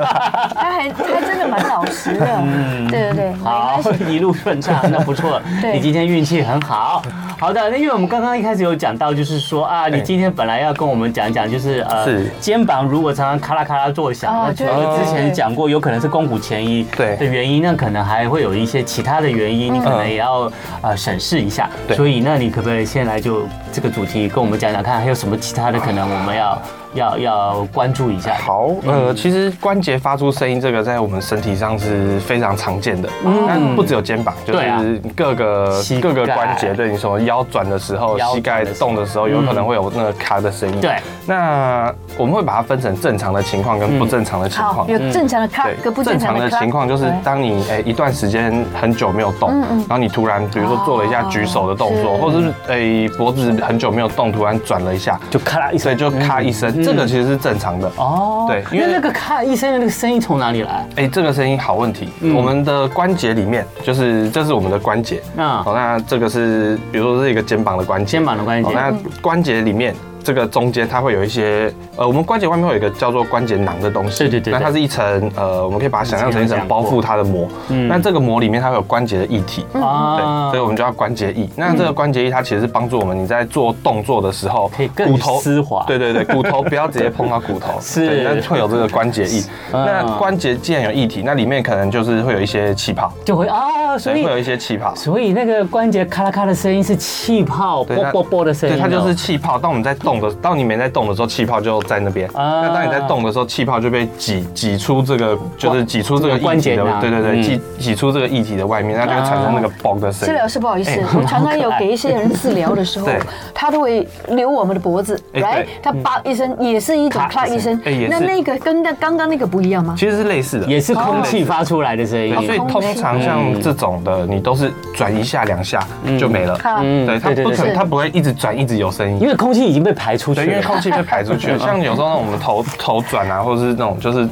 S1: 他还他真的蛮老实 的。
S3: 嗯
S1: 对对对，
S2: 好， 一路顺畅，那不错
S1: 对。
S2: 你今天运气很好。好的，那因为我们刚刚一开始有讲到，就是说啊，你今天本来要跟我们讲一讲，就是呃，
S3: 是
S2: 肩膀如果常常咔啦咔啦作响，
S1: 哦
S2: 那除
S1: 对
S2: 了
S1: 对
S2: 之前
S1: 对
S2: 讲过，有可能是肱骨前移
S3: 对嗯
S2: 的原因，那可能还会有一些其他的原因，你可能也要呃审视一下。
S3: 对
S2: 所以，那你可不可以先来就这个主题跟我们讲讲看，还有什么其他的可能我们要要要关注一下？
S3: 好，呃，其实关节发出声音这个在我们身体上是非常常见的，
S1: 嗯
S3: 那不只有肩膀，就
S2: 对啊
S3: 是各个
S2: 膝盖
S3: 各个关节，对你什么腰转的时候、
S2: 腰
S3: 膝
S2: 转
S3: 盖
S2: 的时候
S3: 动的
S1: 嗯
S3: 时候，有可能会有那个咔的声音。
S2: 对，
S3: 那我们会把它分成正常的情况跟不正常的情
S1: 好
S3: 况。
S1: 有正常的卡跟不正
S3: 嗯正常
S1: 常的哎
S3: 的
S1: 卡
S3: 情况就是
S2: 哎
S1: 对
S3: 当你哎诶、一段时间很久没有动，
S2: 嗯
S3: 然后你突然比如说做了一下举手的动作，
S1: 哦
S3: 或者是诶、脖子很久没有动，突然转了一下，
S2: 就咔啦一
S3: 所
S2: 声。嗯
S3: 以就咔一声，这个其实是正常的。
S2: 哦，
S3: 对因
S2: 因
S3: 为
S2: 为那个咔一声的那个声音从哪里来？
S3: 哎、这个声音好问题。
S2: 嗯
S3: 我们的关节里面，就是这是我们的关节。
S2: 嗯
S3: 好，那这个是，比如说是一个肩膀的关节，
S2: 肩膀的关节
S3: 好哦那关节里面这个中间它会有一些，呃，我们关节外面会有一个叫做关节囊的东西。
S2: 对对对对
S3: 那它是一层，呃，我们可以把它想象成一层包覆它的膜。
S2: 嗯
S3: 那这个膜里面它会有关节的液体。对，
S2: 啊
S3: 所以我们就要关节液。那这个关节液它其实是帮助我们你在做动作的时候，
S2: 可以更丝滑
S3: 对对对，骨头不要直接碰到骨 头，
S2: 是
S3: 对那会有这个关 节液。
S2: 嗯
S3: 那关节既然有液体，那里面可能就是会有一些气泡，
S2: 就会啊，所
S3: 对，会
S2: 以
S3: 有一些气泡。
S2: 所以那个关节咔啦咔啦的声音是气泡啵
S3: 对它
S2: 啵啵的声音哦，
S3: 对，它就是气泡。当我们在动的，当你没在动的时候，气泡就在那边。
S2: 啊
S3: 那当你在动的时候，气泡就被挤挤出这个，就是挤出这个
S2: 这个关
S3: 液体
S2: 节
S3: 的，
S2: 囊
S3: 对对对，
S2: 嗯啊
S3: 挤挤出这个液体的外面，那就会产生那个嘣的声
S1: 治
S3: 音。
S1: 疗师不好意思
S3: 哎，
S1: 我常常有给一些人治疗的时候
S3: 对，
S1: 他都会留我们的脖子，
S3: 哎
S1: 来
S3: 对，
S1: 他叭一声也是一种
S2: 咔
S1: 咔一声
S3: 哎也，
S1: 那
S3: 是
S1: 那个跟那刚刚那个不一样吗？
S3: 其实是类似的，
S2: 也是空气发出来的声音
S3: 对，所以
S1: 空
S3: 通
S1: 气
S3: 常像这种的，你都是转一下两下就没了。
S1: 咔，
S2: 嗯
S3: 对，它
S2: 对对
S3: 不可
S1: 对
S3: 能，它不会一直转，一直有声
S2: 因
S3: 音。
S2: 为空气已经被排出去
S3: 对，因为
S2: 了。
S3: 空气被排出去了。 像有时候那种我们头头转啊，或者是那种就是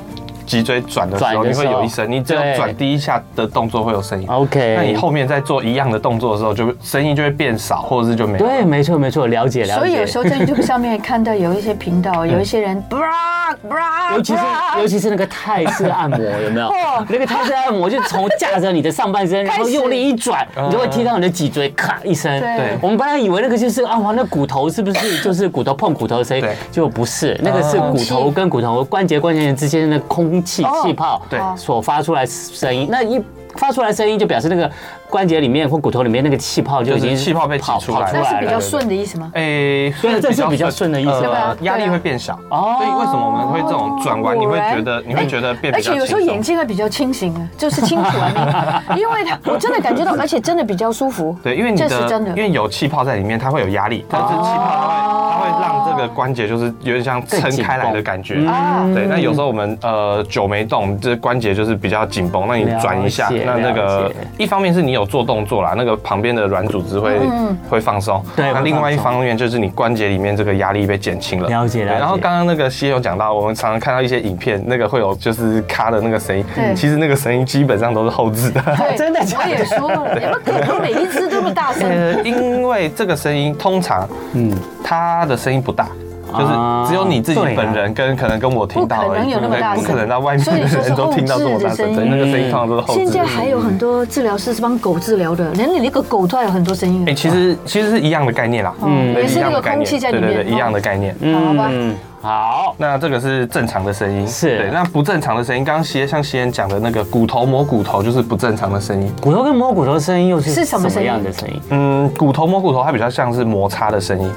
S3: 脊椎转的时
S2: 转
S3: 候，
S2: 的
S3: 你
S2: 时候
S3: 会有一声，你只有
S2: 对
S3: 转第一下的动作会有声音。
S2: OK
S3: 那你后面在做一样的动作的时候，就声音就会变少，或者是就没有。
S2: 对，没错没错，了解了解。
S1: 所以有时候在 YouTube 上面看到有一些频道，有一些人，bra bra，
S2: 尤其是
S1: bra
S2: 尤其是那个泰式按摩，有没有
S1: 哦？
S2: 那个泰式按摩就从架着你的上半身，然后
S1: 开始
S2: 用力一转，你就会听到你的脊椎咔一声。
S1: 对对
S2: 我们本来以为那个就是啊，哇，那骨头是不是就是骨头碰骨头的声音
S3: 对？
S2: 就不是，那个是
S1: 空
S2: 骨
S1: 气
S2: 头跟骨头关节关节之间的空气
S1: 哦
S2: 气泡
S3: 对
S2: 所发出来声音。那一发出来声音，就表示那个关节里面或骨头里面那个气泡就已经
S3: 就是气泡被挤
S2: 跑
S3: 出来
S2: 跑
S1: 那是比较
S2: 了。
S1: 顺的意思吗？
S3: 哎诶，
S2: 所以这是比较顺的意思
S3: 呃
S2: 对
S1: 吧
S3: 压力
S1: 对啊
S3: 会变小。
S2: 哦
S3: 所以为什么我们会这种转弯，你会觉得你会觉得变
S1: 而
S3: 哎比较
S1: 且有
S3: 轻
S1: 时候眼
S3: 松？
S1: 睛还比较清醒啊，就是清楚啊，你因为它我真的感觉到，而且真的比较舒服。
S3: 对，因为你
S1: 这是
S3: 的
S1: 真的哦
S3: 因为有气泡在里面，它会有压力，但是气泡它会它会让这个关节就是有点像撑开来的感觉。
S2: 嗯
S1: 啊，
S3: 对，那有时候我们呃久没动，这关节就是比较紧绷，那你转一下
S2: 了，解
S3: 那那
S2: 了
S3: 个
S2: 解
S3: 一方面是你有做动作啦，那个旁边的软组织会
S1: 嗯
S3: 会放松，
S2: 对会
S3: 那另外一
S2: 放松
S3: 方面就是你关节里面这个压力被减轻了。
S2: 了解
S3: 对
S2: 了解
S3: 然后刚刚那个西有讲到，我们常常看到一些影片，那个会有就是咔的那个声音
S1: 对，
S3: 其实那个声音基本上都是后置的。
S1: 对，
S2: 真的假
S1: 我
S2: 的
S1: 也说了，你们可能每一只这么大 声。
S3: 呃，因为这个声音通常，嗯，它的声音不大。就是
S2: 啊
S3: 只有你自己
S2: 对啊
S3: 本人跟可能跟我听到而已，
S1: 不可能有那么大
S3: 对不
S1: 声
S3: 可能到外面的
S1: 所以说是
S3: 人都听到这
S1: 后
S3: 么大
S1: 置的声
S3: 声，对，
S1: 音
S3: 那个声音通常都是后置
S1: 现
S3: 的。
S1: 在还有很多治疗师是帮狗治疗的，连你那个狗都还有很多声音。
S3: 哎，其实其实是一样的概念啦，
S1: 嗯
S3: 对
S1: 也是
S3: 一样的
S1: 那个空气在
S3: 概念
S1: 里面
S3: 对对对，
S1: 哦
S3: 一样的概念。
S1: 好吧，
S2: 嗯，好，
S3: 那这个是正常的声音，
S2: 是
S3: 对。那不正常的声音，刚刚西像西恩讲的那个骨头磨骨头就是不正常的声音。
S2: 骨头跟摸骨头的声音又是
S1: 是什么声音
S2: 样的声音？
S3: 嗯，骨头磨骨头它比较像是摩擦的声音，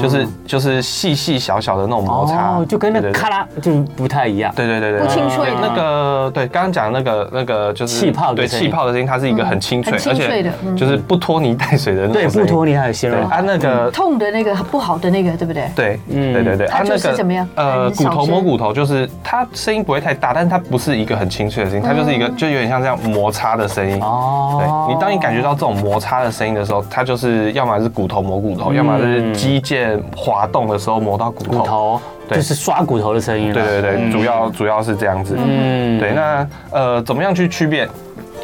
S3: 就是就是细细小小的那种摩擦，
S2: 哦，就跟那个
S3: 对对对
S2: 咔啦就不太一样。
S3: 对对对对，
S1: 不清脆的
S3: 那个对，刚刚讲的那个那个就是
S2: 气泡的
S3: 对
S2: 声音
S3: 气泡的声音，它是一个很清脆，
S1: 嗯很清脆的嗯
S3: 就是不拖泥带水的那种
S2: 对，
S3: 声
S2: 不
S3: 音。
S2: 拖泥还有形
S3: 对
S2: 容。
S3: 啊，那个
S1: 痛的那个不好的那个，对不对？
S3: 对，
S2: 嗯
S3: 对对对，
S1: 嗯它
S3: 啊，那
S1: 就是
S3: 个
S1: 怎么样
S3: 呃，
S1: 很小
S3: 骨
S1: 声
S3: 头摸骨头，就是它声音不会太大，但是它不是一个很清脆的声音，它就是一
S1: 嗯
S3: 个就有点像这样摩擦的声音。
S2: 哦
S3: 对你，当你感觉到这种摩擦的声音的时候，它就是要么是骨头磨骨头，要么是肌腱滑动的时候磨到骨
S2: 嗯骨
S3: 头。
S2: 头，
S3: 对
S2: 就是刷骨头的声音了。
S3: 对对
S1: 嗯
S3: 对，主要主要是这样子。
S2: 嗯
S3: 对，那呃，怎么样去区别，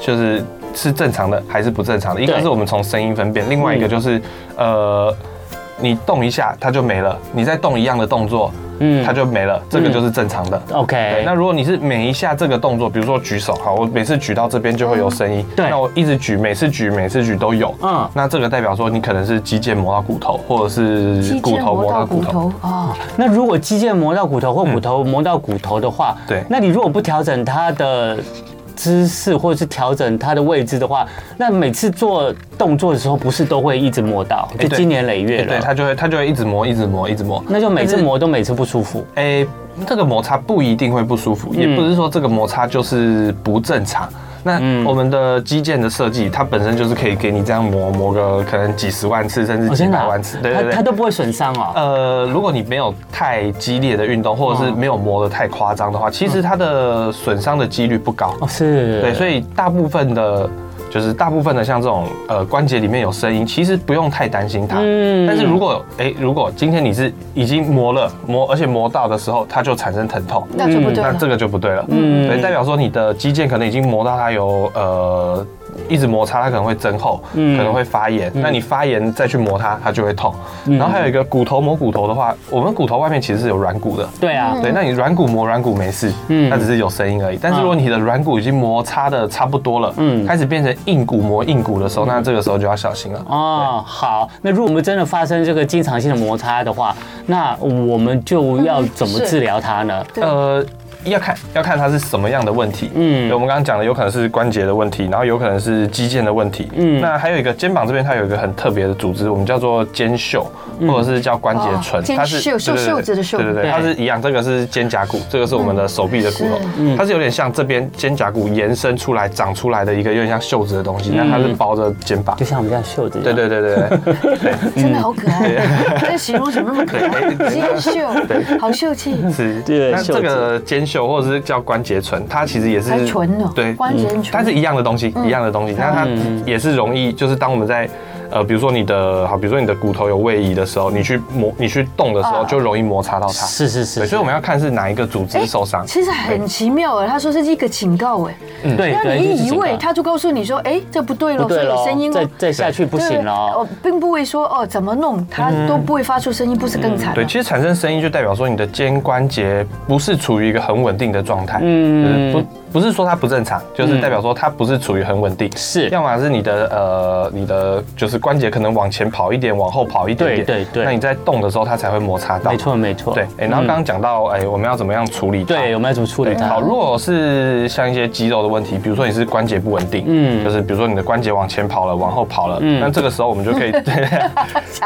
S3: 就是是正常的还是不正常的？一个
S2: 对嗯
S3: 是我们从声音分辨，另外一个就是、呃，你动一下它就没了，你再动一样的动作，
S2: 嗯
S3: 它就没了，这个就是正常的。对
S2: OK，
S3: 那如果你是每一下这个动作，比如说举手，好，我每次举到这边就会有声音，
S2: 嗯对
S3: 那我一直举，每次举每次举都有，
S2: 嗯
S3: 嗯，那这个代表说你可能是肌腱磨到骨头，或者是
S1: 肌
S3: 骨
S1: 腱
S3: 头
S1: 磨
S3: 磨
S1: 到
S3: 到
S1: 骨
S3: 骨头，
S1: 头哦，
S2: 那如果肌腱磨到骨头或骨头磨到骨头的话，
S3: 对
S2: 那你如果不调整它的姿势或者是调整它的位置的话，那每次做动作的时候不是都会一直磨到，就
S3: 哎对
S2: 经年累月
S3: 对，
S2: 了，
S3: 它就会它就会一直磨，一直磨，一直磨，
S2: 那就每次磨都每次不舒服。
S3: 诶、这哎个摩擦不一定会不舒
S2: 嗯
S3: 服，也不是说这个摩擦就是不正常。那
S2: 嗯
S3: 我们的肌腱的设计，它本身就是可以给你这样磨磨个可能几十万次，甚至
S2: 哦
S3: 几
S2: 真的
S3: 百
S2: 啊
S3: 万次。对
S2: 它
S3: 对
S2: 它
S3: 对。
S2: 都不会损伤哦。
S3: 呃，如果你没有太激烈的运动，或者
S2: 嗯
S3: 是没有磨得太夸张的话，其实它的损伤的几率不高。
S2: 哦，是，
S3: 对，所以大部分的，就是大部分的像这种呃关节里面有声音，其实不用太担心它。
S2: 嗯
S3: 但是如果哎、如果今天你是已经磨了磨，而且磨到的时候它就产生疼痛，
S1: 那就不对
S3: 嗯那
S1: 了。
S3: 这个就不对了。嗯，对，代表说你的肌腱可能已经磨到它有呃。一直摩擦，它可能会增厚，
S1: 嗯
S3: 可能会发炎。那你发炎再去磨它，它就会痛。
S1: 嗯
S3: 然后还有一个骨头磨骨头的话，我们骨头外面其实是有软骨的，
S2: 对啊，
S3: 对，那你软骨磨软骨没事，
S2: 嗯
S3: 它只是有声音而已。但是如果你的软骨已经摩擦的差不多了，
S2: 嗯
S3: 开始变成硬骨磨硬骨的时候，那这个时候就要小心了。
S2: 哦，好，那如果我们真的发生这个经常性的摩擦的话，那我们就要怎么
S1: 嗯是
S2: 治疗它呢？
S1: 对
S3: 呃，要看要看它是什么样的问题。
S2: 嗯
S3: 嗯，我们刚刚讲的有可能是关节的问题，然后有可能是肌腱的问题。
S2: 嗯
S3: 嗯，那还有一个肩膀这边它有一个很特别的组织，我们叫做肩袖，或者是叫关节
S1: 哦
S3: 唇。
S1: 肩
S3: 它是
S1: 袖袖
S3: 对对对
S1: 袖子的袖
S3: 对对
S2: 对
S3: 对，它是一样，这个是肩胛骨，这个是我们的手臂的骨头
S1: 是，
S3: 它是有点像这边肩胛骨延伸出来长出来的一个有点像袖子的东西，但它是包着肩膀
S2: 就。像我们这样袖子一样。
S3: 对对对对对。
S1: 真
S3: 嗯
S1: 的好可爱，啊这形容怎么那么可爱？肩袖，好秀气，
S3: 是，
S2: 对
S3: 那这
S2: 袖
S3: 个肩袖或者是叫关节唇，它其实也
S1: 还
S3: 是
S1: 唇哦
S3: 对，
S1: 关节唇
S3: 嗯它是一样的东西，一样的东西。那它也是容易，就是当我们在呃，比如说你的好，比如说你的骨头有位移的时候，你去磨，你去动的时候，
S1: 啊
S3: 就容易摩擦到它。
S2: 是是是
S3: 对，
S2: 是，
S3: 所以我们要看是哪一个组织受伤。
S1: 其实很奇妙哎，他说是一个警告哎，
S2: 对
S1: 让
S2: 对
S1: 你
S2: 就是
S1: 一疑
S2: 警告
S1: 问，他就告诉你说，哎，这不对
S2: 不
S1: 喽，所
S2: 对
S1: 以有
S2: 喽
S1: 声音，
S2: 再
S1: 哦。
S2: 再下去不
S1: 对
S2: 行了哦。
S1: 哦，并不会说哦怎么弄，他都不会发出声音，不是更惨
S3: 嗯
S1: 啊
S3: 对，
S1: 吗
S3: 其？实产生声音就代表说你的肩关节不是处于一个很稳定的状态，
S2: 嗯
S3: 嗯，不不是说它不正常，就是代表说它不是处于很稳定，
S2: 是
S3: 要么是你的呃你的就是关节可能往前跑一点，往后跑一点点，
S2: 对对对
S3: 那你在动的时候它才会摩擦到，
S2: 没，错没错，
S3: 对，哎、然后刚刚讲到哎、我们要怎么样处理它，
S2: 哦嗯对，我们要怎么处理
S3: 对，
S2: 它？
S3: 好，如果是像一些肌肉的问题，比如说你是关节不稳定，
S2: 嗯
S3: 嗯，就是比如说你的关节往前跑了，往后跑了，
S2: 嗯
S3: 那这个时候我们就 可以，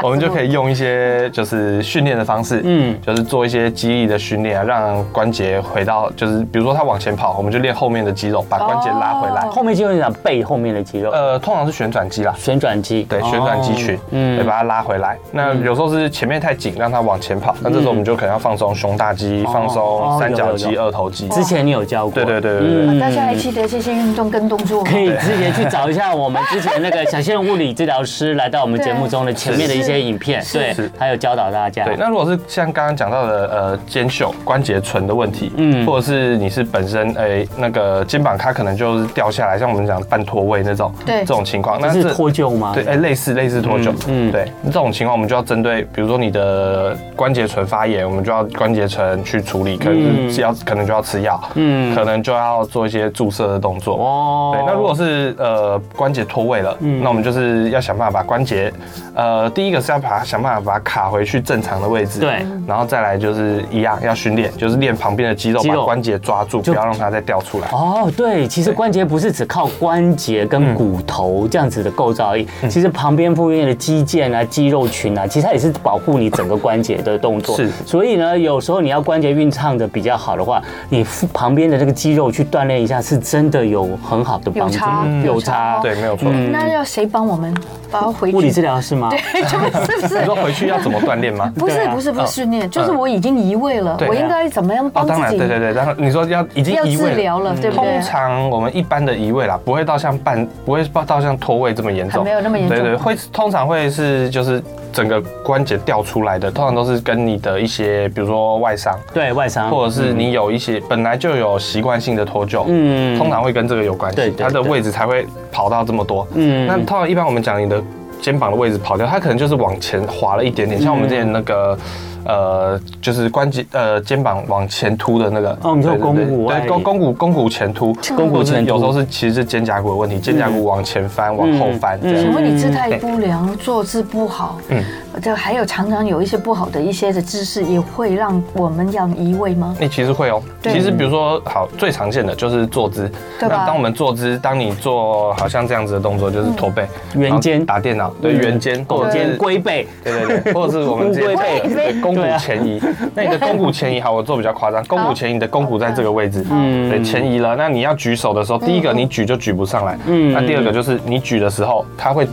S3: 我们就可以用一些就是训练的方式，
S2: 嗯
S3: 嗯，就是做一些肌力的训练啊，让关节回到就是比如说它往前跑，我们就练后面的肌肉，把关节拉回来。
S2: 后面肌肉讲背后面的肌肉，
S3: 呃，通常是旋转肌啦，
S2: 旋转肌，
S3: 对，旋转肌群
S2: 哦，嗯
S3: 嗯，对，把它拉回来。那有时候是前面太紧，让它往前跑，那这时候我们就可能要放松胸大肌，放
S2: 嗯哦
S3: 松三角
S2: 有
S3: 肌、
S2: 有有
S3: 二头肌。
S2: 之前你有教过，
S3: 对对对对对
S2: 嗯
S1: 大家还记得这些运动跟动作吗
S2: 可？以直接去找一下我们之前那个小鲜肉物理治疗师来到我们节目中的前面的一些影片，
S1: 是
S2: 对
S3: 是，
S2: 他有教导大家。
S3: 对，那如果是像刚刚讲到的呃肩袖关节唇的问题，
S2: 嗯
S3: 嗯，或者是你是本身哎、那个肩膀它可能就是掉下来，像我们讲半脱位那种，
S1: 对
S3: 这种情况，
S2: 这是脱臼吗？
S3: 对，哎、类似类似脱臼，
S2: 嗯
S3: 嗯，
S2: 嗯
S3: 对，这种情况我们就要针对，比如说你的关节唇发炎，我们就要关节唇去处理，可能是要、可能就要吃药，
S2: 嗯
S3: 嗯，可能就要做一些注射的动作。
S2: 哦嗯
S3: 对，那如果是呃关节脱位了，那我们就是要想办法把关节，呃，第一个是要把它想办法把它卡回去正常的位置，
S2: 对，
S3: 然后再来就是一样要训练，就是练旁边的肌肉，
S2: 肌
S3: 把
S2: 肉
S3: 关节抓住，
S2: 就哦
S3: 不要让它再掉出来。嗯
S2: 哦，对，其实关节不是只靠关节跟骨头这样子的构造而已，其实旁边部位的肌腱啊、肌肉群啊，其实它也是保护你整个关节的动作。
S3: 是
S2: 所以呢，有时候你要关节运畅的比较好的话，你腹旁边的这个肌肉去锻炼一下，是真的有很好的帮助
S1: 有差，哦
S2: 有差。
S3: 对，嗯没有错。
S2: 嗯
S1: 那要谁帮我们把它回去？
S2: 物理治疗是吗？
S1: 对， 就是不
S3: 你
S1: 是
S3: 说？回去要怎么锻炼吗？
S1: 不
S2: 对
S1: 是
S2: 啊
S1: 不是不是训练，就是我已经移位了，
S3: 嗯对啊
S1: 我应该怎么样
S3: 哦，
S1: 帮
S3: 当然，
S1: 自己？
S3: 对对对，当然你说要已经
S1: 要
S3: 移
S1: 治
S3: 位嗯
S1: 疗了，对不对
S3: 通？常我们一般的移位啦，不会到像半，不会到像脱位这么严
S1: 还
S3: 重，
S1: 没有那么严重
S3: 对对，会通常会是就是整个关节掉出来的，通常都是跟你的一些，比如说外伤，
S2: 对外伤，
S3: 或者是你有一些本来就有习惯性的脱臼，
S2: 嗯
S3: 通常会跟这个有关
S2: 对
S3: 系，
S2: 对
S3: 它的
S2: 对
S3: 位置才会跑到这么多。
S2: 嗯
S3: 那通常一般我们讲你的肩膀的位置跑掉，它可能就是往前滑了一点点，像我们之前那个。呃，就是关节呃肩膀往前凸的那个
S2: 哦你说
S3: 对对对
S2: 肱骨哎
S3: 对肱肱骨肱骨前凸，
S2: 肱骨
S3: 或者
S2: 前
S3: 是
S2: 凸
S3: 有时候是其实是肩胛骨的问题，肩胛骨往前翻往后翻
S2: 嗯
S3: 这
S1: 请
S3: 样。哎
S1: 问你姿态不
S3: 嗯
S1: 良、坐姿不好，嗯，这还有常常有一些不好的一些的姿势，也会让我们要移位吗？
S3: 哎、其实会哦。
S1: 对
S3: 其实比如说，好，最常见的就是坐姿。
S1: 对吧
S3: 那当我们坐姿，当你做好像这样子的动作，就是驼背、
S2: 嗯圆
S3: 然后
S2: 肩
S3: 打电脑，对，
S2: 嗯
S3: 圆肩、
S2: 狗肩、龟背，
S3: 对对 对，或者是我们之前
S2: 乌龟背
S3: 对肱
S2: 对啊
S3: 骨前移。那你的肱骨前移，好，我做比较夸张，肱骨前移你的肱骨在这个位置，
S2: 嗯
S3: 对，前移了。那你要举手的时候，第一个你举就举不上来，
S2: 嗯
S3: 那第二个就是你举的时候，它会。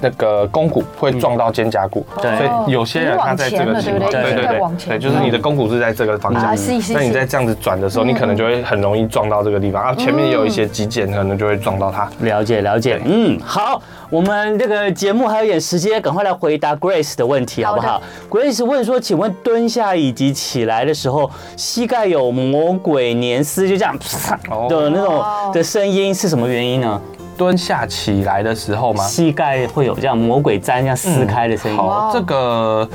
S3: 那个肱骨会撞到肩胛骨，
S2: 对
S3: 所以有些人他在这个情况，
S1: 你往前了对不对一
S3: 对
S1: 直在往前
S3: 对，就是你的肱骨是在这个方
S1: 啊
S3: 向
S1: 是是，
S3: 那你
S1: 是
S3: 在这样子转的时候，你可能就会很容易撞到这个地方，啊，前面也有一些肌腱可能就会撞到它。
S2: 了解了解
S3: 对，
S2: 嗯，好，我们这个节目还有点时间，赶快来回答 Grace 的问题好不好
S1: 好
S2: ？Grace 问说，请问蹲下以及起来的时候，膝盖有魔鬼粘丝，就这样啪
S3: 哦
S2: 的那种的声音是什么原因呢？
S3: 蹲下起来的时候吗？嗯
S2: 膝盖会有这样魔鬼粘这样撕开的声音。
S1: 哇
S3: 好，这个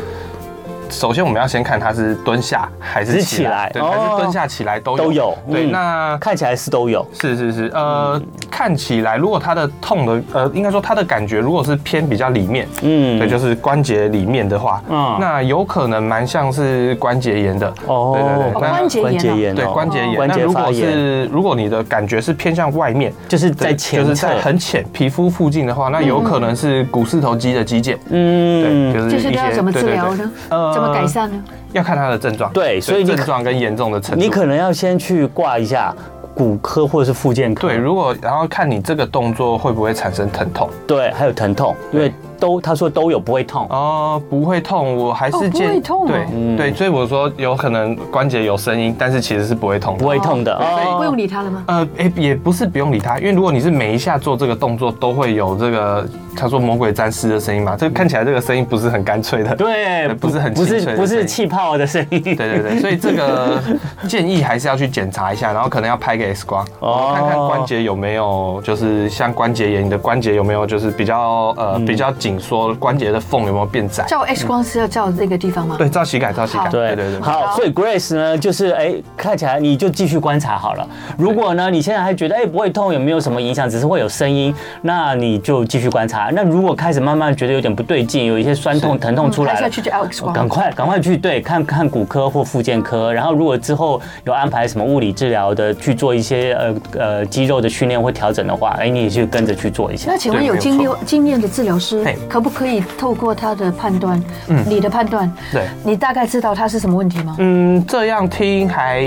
S3: 首先我们要先看它是蹲下还是起来，
S2: 是起来
S3: 对，还
S2: 哦
S3: 是蹲下起来都
S2: 都有
S3: 对，
S2: 嗯
S3: 那
S2: 看起来是都有，
S3: 是是是，呃，看起来如果它的痛的，呃，应该说它的感觉如果是偏比较里面，
S2: 嗯，
S3: 对，就是关节里面的话，
S2: 嗯
S3: 那有可能蛮像是关节炎的，
S2: 哦
S3: 对对对，
S1: 关节炎啊
S2: 炎哦
S3: 对关节炎，
S2: 关
S3: 那
S2: 节
S3: 如
S2: 发
S3: 果
S2: 炎，
S3: 是如果你的感觉是偏向外面，
S2: 就是在
S3: 对
S2: 前
S3: 就是
S2: 侧
S3: 在，很浅皮肤附近的话，那有可能是股四头肌的肌腱，对，
S2: 嗯，
S3: 就是
S1: 这
S3: 一
S1: 些
S3: 些
S1: 都要怎么治疗呢？怎么改？善呢？
S3: 对对对呃要看他的症状，
S2: 对所以你
S3: 症
S2: 可
S3: 状跟严重的程度。
S2: 你可能要先去挂一下骨科或者是复健科，
S3: 对，如果然后看你这个动作会不会产生疼痛
S2: 对，还有疼痛，因为都他说都有不会痛，
S3: 哦、不会痛，我还
S1: 哦
S3: 是
S1: 不
S3: 建
S1: 会痛哦
S3: 对、
S2: 嗯
S3: 对，所以我说有可能关节有声音，但是其实是不会痛的。
S2: 不会痛的
S1: 哦不
S2: 哦。
S1: 用理他了吗？
S3: 呃，诶、也不是不用理它，因为如果你是每一下做这个动作都会有这个，他说魔鬼战士的声音嘛，这个看起来这个声音不是很干脆的，
S2: 对，
S3: 不是很
S2: 不
S3: 清
S2: 是
S3: 脆的
S2: 不
S3: 声
S2: 是
S3: 音
S2: 气泡的声 音，
S3: 对对对，所以这 个建议还是要去检查一下，然后可能要拍个 X 光，
S2: 哦
S3: 看看关节有没有就是像关节炎，你的关节有没有就是比较呃
S2: 嗯
S3: 比较紧缩，关节的缝有没有变窄？
S1: 照 X 光是要照这个地方吗？
S3: 对，照膝盖，照膝盖，
S1: 好
S2: 对
S3: 对对。
S2: 好，所以 Grace 呢，就是哎、看起来你就继续观察好了。如果呢，你现在还觉得哎、不会痛，也没有什么影响，只是会有声音，那你就继续观察。那如果开始慢慢觉得有点不对劲，有一些酸痛、疼痛出来
S1: 嗯还是要嗯
S2: 了。
S1: 去照 X
S2: 哦赶
S1: 光？
S2: 快赶快去对看看骨科或复健科，然后如果之后有安排什么物理治疗的，去做一些呃呃肌肉的训练或调整的话，哎，你也去跟着去做一下
S1: 那。请问
S3: 对
S1: 有
S3: 没有
S1: 经
S3: 错
S1: 验经验的治疗师
S3: 嘿，嗯
S1: 可不可以透过他的判断，你的判断，
S3: 对
S1: 你大概知道他是什么问题吗？
S3: 嗯，这样听还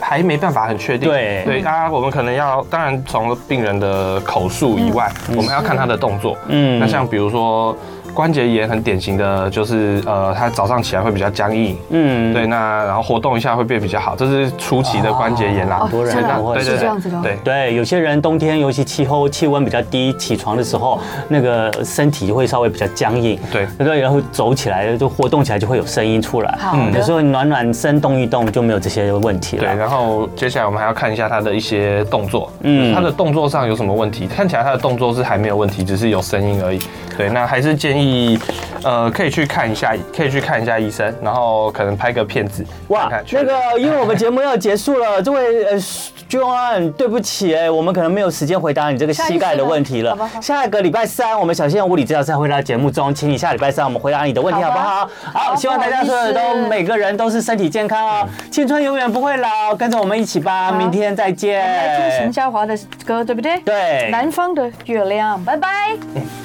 S3: 还没办法很确定。
S2: 对
S3: 对啊，我们可能要，当然从病人的口述以外，我们要看他的动作。
S2: 嗯
S3: 嗯，那像比如说关节炎，很典型的就是呃，他早上起来会比较僵硬，
S2: 嗯，
S3: 对，那然后活动一下会变比较好，这是初期的关节炎啦。
S1: 哦
S2: 多人
S1: 真的
S2: 都会
S1: 啊
S3: 对
S2: 是
S3: 对
S1: 是这样子
S3: 对
S1: 的哦。
S3: 对。
S2: 对，有些人冬天尤其气候气温比较低，起床的时候那个身体会稍微比较僵硬，
S3: 对
S2: 对，然后走起来就活动起来就会有声音出来。
S1: 好的
S2: 有时候你暖暖身动一动就没有这些问题
S3: 对，
S2: 了。
S3: 然后接下来我们还要看一下他的一些动作，
S2: 嗯
S3: 嗯，他的动作上有什么问题？看起来他的动作是还没有问题，只是有声音而已。对，那还是建以呃可以去看一下，可以去看一下医生，然后可能拍个片子。
S2: 哇
S3: 看看，
S2: 那个，因为我们节目要结束了，这位呃，Joan，对不起，哎，我们可能没有时间回答你这个膝盖的问题了
S1: 下一次吧好吧。好
S2: 下个礼拜三，我们小仙物理治疗师回到节目中，请你下礼拜三我们回答你的问题
S1: 好
S2: 好不
S1: 吧
S2: 好？好，
S1: 好
S2: 希望大家
S1: 不
S2: 所
S1: 好意
S2: 有
S1: 思
S2: 都每个人都是身体健康哦，青春永远不会老，跟着我们一起吧，明天再
S1: 来听
S2: 见
S1: 哎陈。嘉华的歌，对不对？
S2: 对
S1: 南方的月亮，拜拜。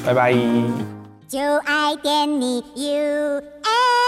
S3: 拜拜。
S4: 就爱点你 UFO。